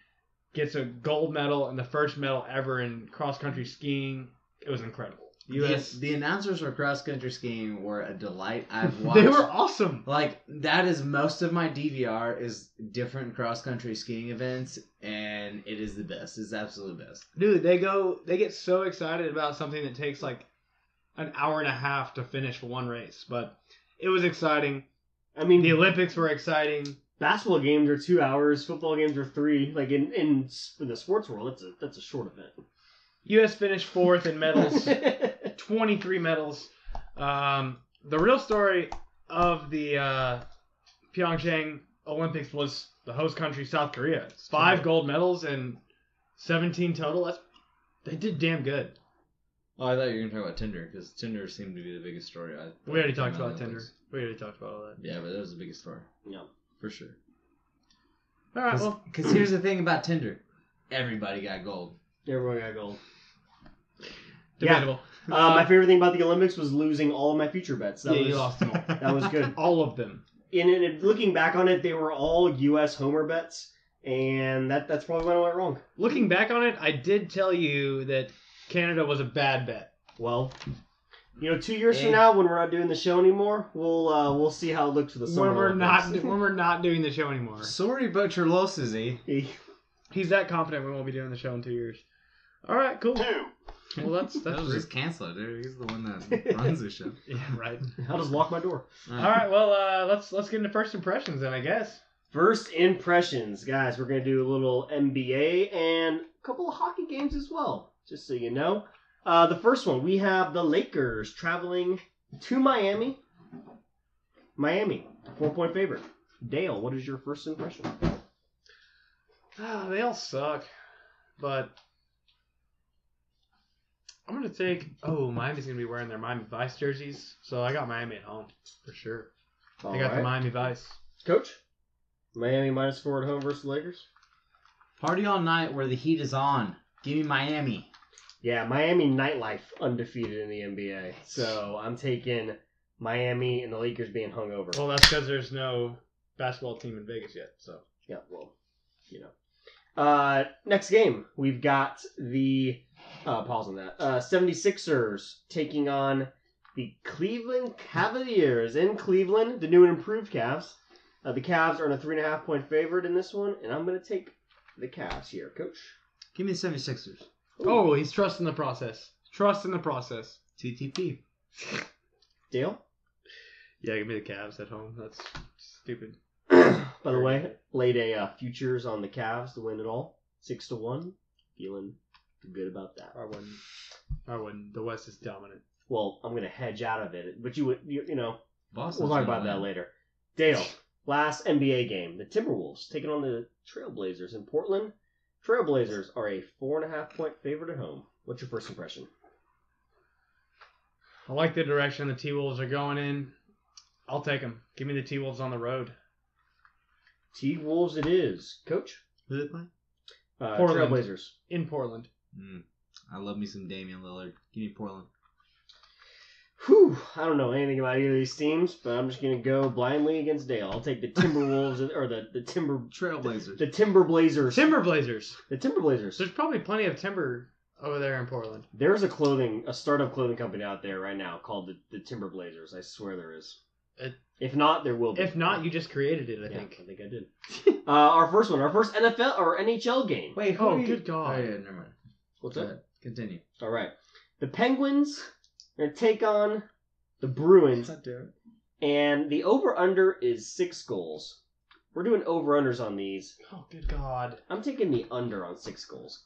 Speaker 3: gets a gold medal and the first medal ever in cross country skiing. It was incredible. US
Speaker 4: The, the announcers for cross country skiing were a delight. I've watched.
Speaker 3: They were awesome.
Speaker 4: like that is most of my DVR is different cross country skiing events, and it is the best. It's the absolute best.
Speaker 3: Dude, they go they get so excited about something that takes like an hour and a half to finish one race, but it was exciting.
Speaker 6: I mean,
Speaker 3: The Olympics were exciting.
Speaker 6: basketball games are two hours, football games are three. Like in in, s- in the sports world, that's a that's a short
Speaker 3: US finished fourth in medals,
Speaker 6: event.
Speaker 3: 23 medals. Um, the real story of the uh, Pyeongchang Olympics was the host country South Korea. Five gold medals and 17 total. That's they did damn good.
Speaker 4: Oh, I thought you were gonna talk about Tinder because Tinder seemed to be the biggest story. I
Speaker 3: We already talked
Speaker 4: came out
Speaker 3: about
Speaker 4: of
Speaker 3: Tinder.
Speaker 4: this.
Speaker 3: We already talked about all that.
Speaker 4: Yeah, but that was the biggest story
Speaker 6: yeah.
Speaker 4: for sure.
Speaker 3: All right, well,
Speaker 4: Because here's the thing about Tinder, everybody got gold.
Speaker 6: Everyone got gold. Yeah.
Speaker 3: debatable.
Speaker 6: Uh, my favorite thing about the Olympics was losing all of my future bets. That
Speaker 3: yeah,
Speaker 6: was,
Speaker 3: you lost them all.
Speaker 6: That was good.
Speaker 3: all of them.
Speaker 6: In it, looking back on it, they were all U.S. homer bets, and that that's probably when I went wrong.
Speaker 3: Looking back on it, I did tell you that Canada was a bad bet.
Speaker 6: Well, you know, two years
Speaker 4: Eh.
Speaker 6: from now, when we're not doing the show anymore, we'll uh, we'll see how it looks for the summer.
Speaker 3: When we're not
Speaker 6: Olympics.
Speaker 3: when we're not doing the show anymore.
Speaker 4: Sorry about your losses, eh?
Speaker 3: He's that confident we won't be doing the show in two years. All right, cool.
Speaker 7: Two.
Speaker 3: Well, that's
Speaker 4: That
Speaker 3: that's
Speaker 4: was
Speaker 3: rude.
Speaker 4: just canceled, dude. He's the one that runs the show.
Speaker 3: yeah, right.
Speaker 6: I'll just lock my door.
Speaker 3: All right, well, uh, let's let's get into first impressions then, I guess.
Speaker 6: First impressions, guys. We're gonna do a little NBA and a couple of hockey games as well, just so you know. Uh, the first one we have the Lakers traveling to Miami. Miami, four point favorite. Dale, what is your first impression?
Speaker 3: Ah, they all suck, but I'm gonna take. Oh, Miami's gonna be wearing their Miami Vice jerseys, so I got Miami at home for sure. I got the Miami Vice.
Speaker 6: Coach, Miami minus four at home versus the Lakers.
Speaker 4: Party all night where the heat is on. Give me Miami.
Speaker 6: Yeah, Miami nightlife undefeated in the NBA. So I'm taking Miami and the Lakers being hungover.
Speaker 3: Well, that's because there's no basketball team in Vegas yet. So
Speaker 6: Yeah, well, you know. Uh, next game, we've got the uh, pause on that. Uh, 76ers taking on the Cleveland Cavaliers in Cleveland, the new and improved Cavs. Uh, the Cavs are in a three and a half point favorite in this one, and I'm going to take the Cavs here, Coach.
Speaker 4: Give me the 76ers.
Speaker 3: oh, he's trusting the process. Trust in the process.
Speaker 4: TTP.
Speaker 6: Dale.
Speaker 3: Yeah, give me the Cavs at home. That's stupid.
Speaker 6: By the way, laid a uh, futures on the Cavs to win it all, six to one. Feeling good about that.
Speaker 3: I wouldn't. I wouldn't. The West is dominant.
Speaker 6: Well, I'm going to hedge out of it, but you would, you, you know,
Speaker 4: Boston.
Speaker 6: We'll talk about that later. Dale, last NBA game. The Timberwolves taking on the Trailblazers in Portland. Trailblazers are a four and a half point favorite at home. What's your first impression?
Speaker 3: I like the direction the T Wolves are going in. I'll take them. Give me the T Wolves on the road.
Speaker 6: T Wolves it is. Coach?
Speaker 4: Who they play?
Speaker 6: Uh,
Speaker 3: Portland.
Speaker 6: Trailblazers.
Speaker 3: In Portland.
Speaker 4: Mm. I love me some Damian Lillard. Give me Portland.
Speaker 6: Whew, I don't know anything about either of these teams, but I'm just gonna go blindly against Dale. I'll take the Timberwolves or the, the Timber
Speaker 4: Trailblazers.
Speaker 6: the Timber Blazers.
Speaker 3: Timber Blazers.
Speaker 6: the Timber Blazers.
Speaker 3: There's probably plenty of timber over there in Portland.
Speaker 6: There's a clothing a startup clothing company out there right now called the, the Timber Blazers. I swear there is.
Speaker 3: It-
Speaker 6: if not, there will be.
Speaker 3: If not, you just created it, I
Speaker 6: Yeah,
Speaker 3: think.
Speaker 6: I think I did. uh, our first one, our first NFL or NHL game.
Speaker 4: Wait,
Speaker 3: who Oh, are you- good God.
Speaker 4: Oh, yeah, never mind.
Speaker 6: What's
Speaker 4: Go
Speaker 6: up?
Speaker 4: ahead. Continue.
Speaker 6: All right, the Penguins are gonna take on the Bruins, and the over under is six goals. We're doing over unders on these.
Speaker 3: Oh, good God.
Speaker 6: I'm taking the under on six goals.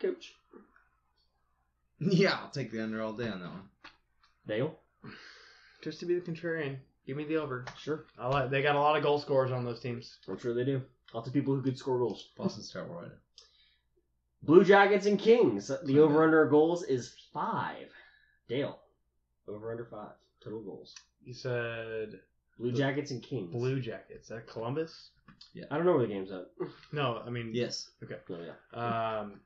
Speaker 6: Coach
Speaker 4: Yeah, I'll take the under all day on that one.
Speaker 6: Dale,
Speaker 3: Just to be the contrarian, give me the over.
Speaker 6: sure,
Speaker 3: I like. They got a lot of goal scorers on those teams.
Speaker 6: I'm sure they do. Lots of people who could score goals.
Speaker 4: Boston's terrible right now.
Speaker 6: Blue Jackets and Kings. The
Speaker 4: Okay.
Speaker 6: over under goals is five. Dale, over under five total goals.
Speaker 3: You said
Speaker 6: Blue
Speaker 3: Blue-
Speaker 6: Jackets and Kings.
Speaker 3: Blue Jackets. That Columbus?
Speaker 6: I don't know where the game's at.
Speaker 3: No, I mean.
Speaker 4: Yes.
Speaker 6: No, Oh, yeah.
Speaker 3: Um,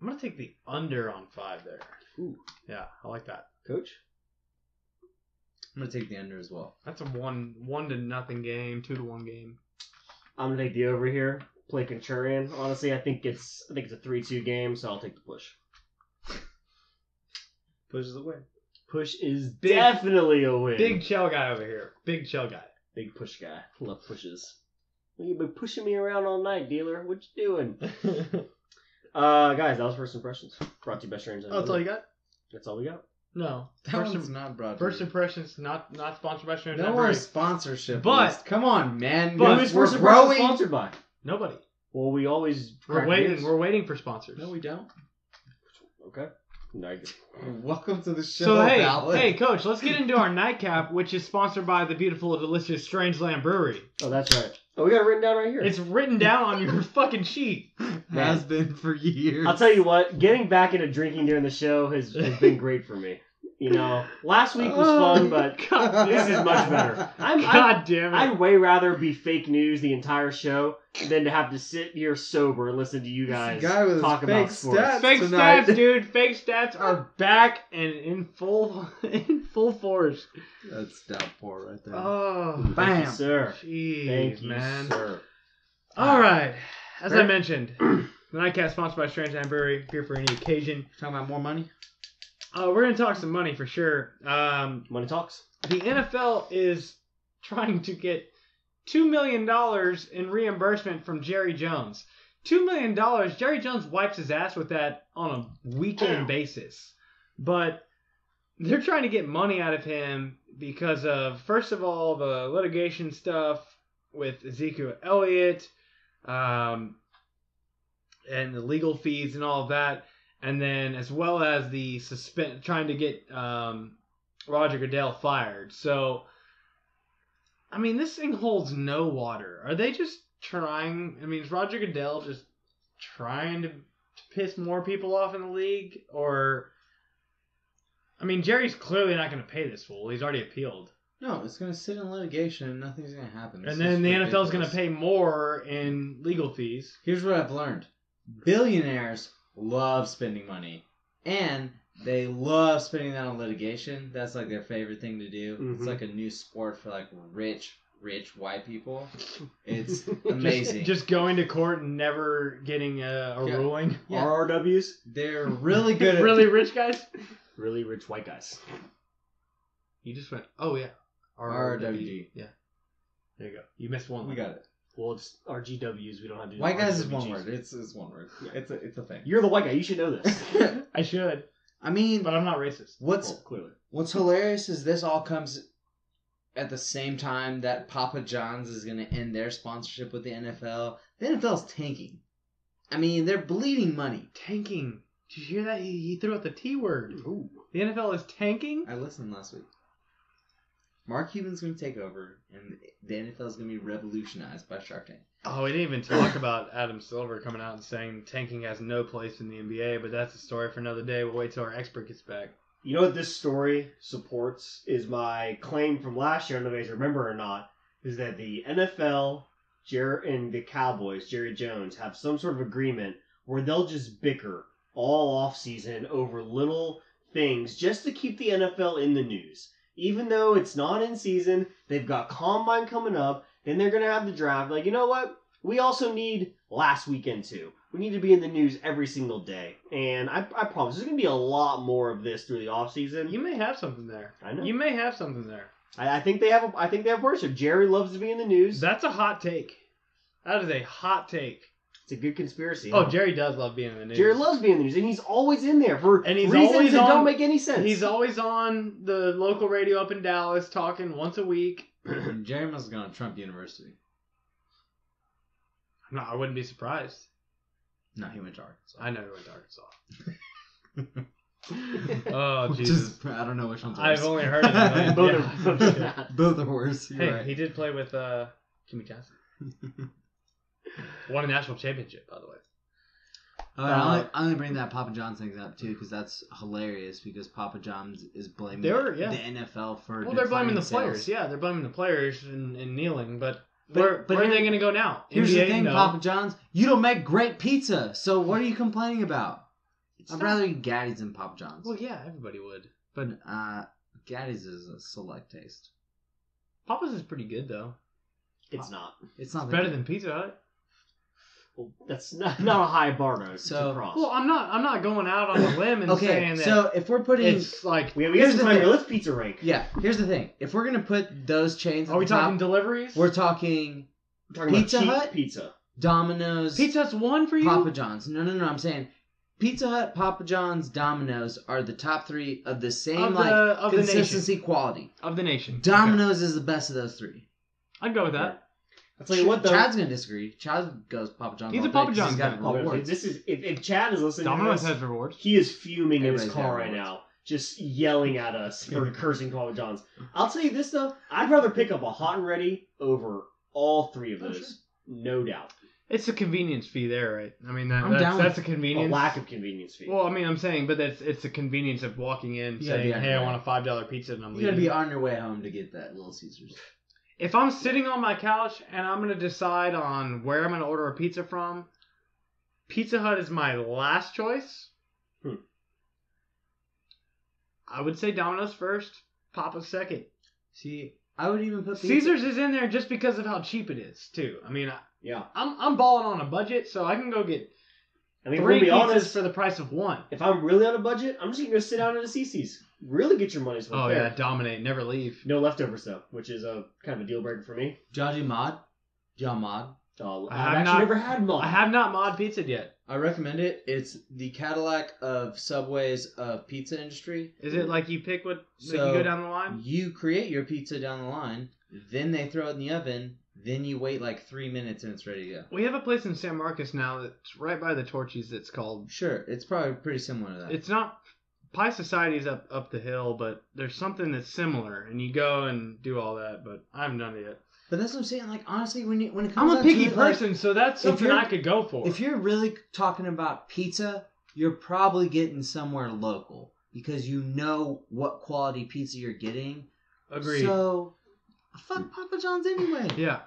Speaker 3: I'm gonna take the under on five there.
Speaker 6: Ooh.
Speaker 3: Yeah, I like that.
Speaker 6: Coach?
Speaker 4: I'm going to take the under as well.
Speaker 3: That's a one one to nothing game, two to one game.
Speaker 6: I'm gonna take the over here. Play contrarian. Honestly, I think it's I think it's a three two game, so I'll take the push.
Speaker 3: Pushes the win.
Speaker 6: Push is
Speaker 3: Big-
Speaker 6: definitely a win.
Speaker 3: Big Chell guy over here. Big Chell guy.
Speaker 6: big push guy. Love pushes. You've been pushing me around all night, dealer. What you doing? uh guys, that was first impressions. Brought to you by Strangers.
Speaker 3: Oh, that's all you got?
Speaker 6: That's all we got.
Speaker 3: No.
Speaker 4: That
Speaker 3: First,
Speaker 4: one's
Speaker 3: im-
Speaker 4: not broad.
Speaker 3: first impressions not not sponsored by Strange
Speaker 4: No
Speaker 3: Time
Speaker 4: more
Speaker 3: Brewery.
Speaker 4: sponsorship.
Speaker 3: But-
Speaker 4: list. come on, man.
Speaker 3: But-
Speaker 4: But
Speaker 6: Who is
Speaker 4: we're
Speaker 6: first impressions
Speaker 4: growing.
Speaker 6: sponsored by?
Speaker 3: Nobody.
Speaker 6: Well, we always
Speaker 3: We're
Speaker 6: crack
Speaker 3: waiting.
Speaker 6: news.
Speaker 3: We're waiting for sponsors.
Speaker 4: No, we don't.
Speaker 6: Okay. No, I get-
Speaker 4: Welcome to the show.
Speaker 3: so hey,
Speaker 4: Ballard.
Speaker 3: hey, coach, let's get into our nightcap, which is sponsored by the beautiful, delicious Strangeland Brewery.
Speaker 6: Oh, that's right. Oh, we got it written down right here.
Speaker 3: It's written down on your fucking sheet.
Speaker 4: has been for years.
Speaker 6: I'll tell you what, getting back into drinking during the show has, has been great for me. You know, last week
Speaker 4: Oh,
Speaker 6: was fun, but
Speaker 3: God,
Speaker 6: this is much better. I'm, I,
Speaker 3: God damn it.
Speaker 6: I'd way rather be fake news the entire show than to have to sit here sober and listen to you guys
Speaker 4: guy with his
Speaker 6: talk
Speaker 4: fake
Speaker 6: about sports.
Speaker 4: stats.
Speaker 3: Fake
Speaker 4: tonight.
Speaker 3: stats, dude. Fake stats are back and in full in full force.
Speaker 4: That's downpour right there.
Speaker 3: Oh,
Speaker 6: Thank you,
Speaker 4: Bam.
Speaker 6: sir.
Speaker 3: jeez,
Speaker 6: Thank you,
Speaker 3: man.
Speaker 6: sir.
Speaker 3: All right, as I
Speaker 6: Sure.
Speaker 3: mentioned, the Nightcast sponsored by Strange Land Brewery, beer for any occasion.
Speaker 4: Talking about more money.
Speaker 3: Uh, we're gonna talk some money for sure. Um,
Speaker 6: Money talks.
Speaker 3: the NFL is trying to get two million dollars in reimbursement from Jerry Jones. Two million dollars. Jerry Jones wipes his ass with that on a weekend basis, but they're trying to get money out of him because of first of all the litigation stuff with Ezekiel Elliott, um, and the legal fees and all of that, and then as well as the suspend trying to get um, Roger Goodell fired. So, I mean, this thing holds no water. Are they just trying? I mean, is Roger Goodell just trying to, to piss more people off in the league? Or, I mean, Jerry's clearly not going to pay this fool. He's already appealed.
Speaker 4: No, it's gonna sit in litigation and nothing's gonna happen. This
Speaker 3: and then
Speaker 4: is
Speaker 3: the NFL's going
Speaker 4: ridiculous.
Speaker 3: to pay more in legal fees.
Speaker 4: Here's what I've learned: billionaires love spending money, and They love spending that on litigation. That's like their favorite thing to do.
Speaker 6: Mhm.
Speaker 3: Mm-hmm.
Speaker 4: It's like a new sport for like rich, rich white people. It's amazing.
Speaker 3: Just going to court and never getting a, a
Speaker 4: Yeah.
Speaker 3: ruling.
Speaker 4: Yeah.
Speaker 6: RRWs,
Speaker 4: They're really good. At,
Speaker 3: really rich guys.
Speaker 6: really rich white guys.
Speaker 3: You just went. Oh yeah.
Speaker 4: RWD.
Speaker 3: Yeah. There you go. You missed one.
Speaker 4: We got it.
Speaker 6: Well, it's RGWs. We don't have to. do
Speaker 4: White guys is
Speaker 6: RWGs.
Speaker 4: one word. It's, it's one word.
Speaker 6: Yeah.
Speaker 4: It's a it's a thing.
Speaker 6: You're the white guy. You should know this.
Speaker 3: I should,
Speaker 4: I mean,
Speaker 3: but I'm not racist.
Speaker 4: what's
Speaker 6: Well, clearly.
Speaker 4: What's hilarious is this all comes at the same time that Papa John's is going to end their sponsorship with the NFL. The NFL's tanking. I mean, they're bleeding money.
Speaker 3: Tanking. Did you hear that? He, he threw out the T word.
Speaker 6: Ooh.
Speaker 3: The NFL is tanking.
Speaker 4: I listened last week. Mark Cuban's going to take over, and the NFL's going to be revolutionized by Shark Tank.
Speaker 3: Oh, we didn't even talk about Adam Silver coming out and saying tanking has no place in the NBA, but that's a story for another day. We'll wait till our expert gets back.
Speaker 6: You know what this story supports is my claim from last year. I don't know if you guys remember or not. Is that the NFL, Jer- and the Cowboys, Jerry Jones, have some sort of agreement where they'll just bicker all off season over little things just to keep the NFL in the news. Even though it's not in season, they've got combine coming up, then they're gonna have the draft. Like, you know what? We also need last weekend too. We need to be in the news every single day. And I, I promise there's gonna be a lot more of this through the offseason.
Speaker 3: You may have something there.
Speaker 6: I know.
Speaker 3: You may have something there.
Speaker 6: I, I think they have a, I think they have worship. Jerry loves to be in the news.
Speaker 3: That's a hot take. That is a hot take.
Speaker 6: it's a good conspiracy.
Speaker 3: Oh,
Speaker 6: huh?
Speaker 3: Jerry does love being in the news.
Speaker 6: Jerry loves being in the news, and he's always in there for
Speaker 3: And he's
Speaker 6: reasons
Speaker 3: always
Speaker 6: that
Speaker 3: on-
Speaker 6: don't make any sense.
Speaker 3: He's always on the local radio up in Dallas talking once a week.
Speaker 4: And Jerry must have gone to Trump University.
Speaker 3: No, I wouldn't be surprised.
Speaker 4: No, he went to Arkansas.
Speaker 3: I know he went to Arkansas. oh
Speaker 4: Which
Speaker 3: Jesus!
Speaker 4: is- I don't know which one's worse.
Speaker 3: I've only heard of it.
Speaker 6: Both
Speaker 3: Yeah.
Speaker 6: are- both are bad.
Speaker 4: Both are worse. You're
Speaker 3: Hey,
Speaker 4: right.
Speaker 3: he did play with uh, Jimmy Johnson. Won a national championship, by the way.
Speaker 4: All right,
Speaker 3: Uh,
Speaker 4: I, only, I only bring that Papa John's things up too because that's hilarious. Because Papa John's is blaming
Speaker 3: They're- yeah.
Speaker 4: the NFL for
Speaker 3: Well, they're blaming
Speaker 4: declining
Speaker 3: the
Speaker 4: sales.
Speaker 3: players. Yeah, they're blaming the players and, and kneeling. But,
Speaker 4: But-
Speaker 3: where,
Speaker 4: but
Speaker 3: where are
Speaker 4: here-
Speaker 3: they going to go now?
Speaker 4: Here's
Speaker 3: NBA,
Speaker 4: the thing,
Speaker 3: no.
Speaker 4: Papa John's, you don't make great pizza, so what are you complaining about?
Speaker 3: It's
Speaker 4: I'd
Speaker 3: not-
Speaker 4: rather eat Gaddy's than Papa John's.
Speaker 3: Well, yeah, everybody would. But
Speaker 4: uh, Gaddy's is a select taste.
Speaker 3: Papa's is pretty good though.
Speaker 6: it's not.
Speaker 4: It's not
Speaker 3: It's
Speaker 4: that
Speaker 3: better
Speaker 4: good.
Speaker 3: than Pizza Hut.
Speaker 6: Well, that's not, not a high bar though. It's
Speaker 4: So-
Speaker 6: a cross.
Speaker 3: Well, I'm not. I'm not going out on a limb and
Speaker 4: Okay,
Speaker 3: saying that
Speaker 4: so if we're putting,
Speaker 3: it's like.
Speaker 6: we have we
Speaker 4: Here's
Speaker 6: have some
Speaker 4: the
Speaker 6: time here.
Speaker 4: thing.
Speaker 6: Let's pizza rank.
Speaker 4: yeah, here's the thing: if we're gonna put those chains, at
Speaker 3: Are we
Speaker 4: the top,
Speaker 3: talking deliveries?
Speaker 4: We're talking
Speaker 6: We're talking
Speaker 4: Pizza
Speaker 6: about cheap
Speaker 4: Hut?
Speaker 6: pizza.
Speaker 4: Domino's,
Speaker 3: Pizza Hut's one for you.
Speaker 4: Papa John's. No, no, no. I'm saying Pizza Hut, Papa John's, Domino's are the top three of the same
Speaker 3: Of the-
Speaker 4: like
Speaker 3: of the
Speaker 4: consistency quality.
Speaker 3: of the nation.
Speaker 4: Domino's is the best of those three.
Speaker 3: Okay. I'd go with that.
Speaker 6: I'll tell you what though.
Speaker 4: Chad's gonna disagree. Chad goes Papa John's.
Speaker 3: He's
Speaker 4: all
Speaker 3: a
Speaker 4: day
Speaker 3: Papa
Speaker 4: 'cause
Speaker 3: John's
Speaker 4: He's got
Speaker 3: guy.
Speaker 4: rewards.
Speaker 6: This is if, if Chad is listening.
Speaker 3: Domino's
Speaker 6: to this,
Speaker 3: has rewards.
Speaker 6: He is fuming in his
Speaker 4: Everybody's got
Speaker 6: car right
Speaker 4: rewards.
Speaker 6: now, just yelling at us for cursing Papa John's. I'll tell you this though, I'd rather pick up a hot and ready over all three of
Speaker 4: Oh,
Speaker 6: those,
Speaker 4: sure.
Speaker 6: no doubt.
Speaker 3: It's a convenience fee there, right? I mean, that,
Speaker 4: I'm
Speaker 3: that's,
Speaker 4: down
Speaker 3: that's a
Speaker 6: A
Speaker 3: convenience.
Speaker 6: lack of convenience fee.
Speaker 3: Well, I mean, I'm saying, but that's it's the convenience of walking in,
Speaker 4: You gotta
Speaker 3: saying,
Speaker 4: be on
Speaker 3: "Hey,
Speaker 4: your
Speaker 3: I
Speaker 4: way.
Speaker 3: want a five dollar pizza," and I'm
Speaker 4: You
Speaker 3: leaving.
Speaker 4: gotta be on your way home to get that Little Caesars.
Speaker 3: if I'm sitting on my couch and I'm gonna decide on where I'm gonna order a pizza from, Pizza Hut is my last choice.
Speaker 6: Hmm.
Speaker 3: I would say Domino's first, Papa's second.
Speaker 4: See, I would even put pizza-
Speaker 3: Caesar's is in there just because of how cheap it is, too. I mean, I,
Speaker 6: yeah,
Speaker 3: I'm I'm balling on a budget, so I can go get
Speaker 6: I mean, if
Speaker 3: three
Speaker 6: we'll be
Speaker 3: pizzas
Speaker 6: honest.
Speaker 3: for the price of one.
Speaker 6: if I'm really on a budget, I'm just gonna go sit down at a CC's. Really get your money's worth
Speaker 3: Oh
Speaker 6: there.
Speaker 3: yeah, dominate, never leave.
Speaker 6: No leftovers though, which is a kind of a deal breaker for me.
Speaker 4: Jaji Mod. John Mod.
Speaker 6: Uh,
Speaker 3: I
Speaker 6: I've
Speaker 3: have
Speaker 6: actually
Speaker 3: not-
Speaker 6: never had mine.
Speaker 3: I have not mod pizza yet.
Speaker 4: I recommend it. It's the Cadillac of Subway's of pizza industry.
Speaker 3: Is
Speaker 6: Hmm.
Speaker 3: it like you pick what like
Speaker 4: So-
Speaker 3: you go down the line?
Speaker 4: Um, You create your pizza down the line, then they throw it in the oven, then you wait like three minutes and it's ready to go.
Speaker 3: We have a place in San Marcos now that's right by the Torchies. That's called.
Speaker 4: Sure, it's probably pretty similar to that.
Speaker 3: It's not Pie Society's up up the hill, but there's something that's similar, and you go and do all that. But I haven't done it yet.
Speaker 4: but that's what I'm saying. Like honestly, when you when it comes,
Speaker 3: I'm a
Speaker 4: down to
Speaker 3: picky
Speaker 4: it, like,
Speaker 3: person, so that's
Speaker 4: if
Speaker 3: something
Speaker 4: you're-
Speaker 3: I could go for.
Speaker 4: if you're really talking about pizza, you're probably getting somewhere local because you know what quality pizza you're getting.
Speaker 3: Agreed.
Speaker 4: So, fuck Papa John's anyway.
Speaker 3: yeah,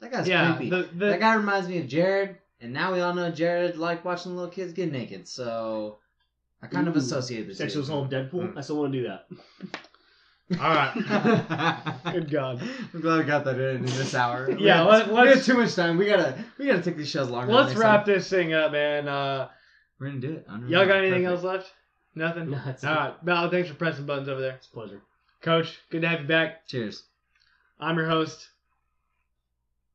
Speaker 4: That guy's
Speaker 3: yeah.
Speaker 4: creepy.
Speaker 3: The, the,
Speaker 4: that guy reminds me of Jared, and now we all know Jared liked watching little kids get naked. So I kind of
Speaker 6: Ooh.
Speaker 4: associate Hmm. this.
Speaker 6: Sexual Assault Deadpool? I still want to do that.
Speaker 3: Hmm. All right.
Speaker 4: Good
Speaker 3: God.
Speaker 4: I'm glad we got that in in this hour. We
Speaker 3: Yeah,
Speaker 4: had-
Speaker 3: let-
Speaker 4: we had
Speaker 3: let's-
Speaker 4: too much time. We gotta we gotta take these shows longer.
Speaker 3: Let's
Speaker 4: next
Speaker 3: wrap
Speaker 4: time.
Speaker 3: this thing up, man. Uh,
Speaker 4: We're gonna do it. I don't
Speaker 3: y'all
Speaker 4: know.
Speaker 3: got anything
Speaker 4: Mm, Perfect.
Speaker 3: else left? Nothing.
Speaker 6: No, it's
Speaker 3: All right, Val. Thanks for pressing buttons over there,
Speaker 6: It's a pleasure.
Speaker 3: Coach. Good to have you back.
Speaker 4: Cheers.
Speaker 3: I'm your host,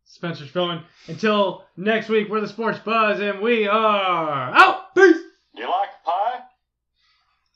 Speaker 3: Spencer Spillman. Until next week, we're the Sports Buzz, and we are out.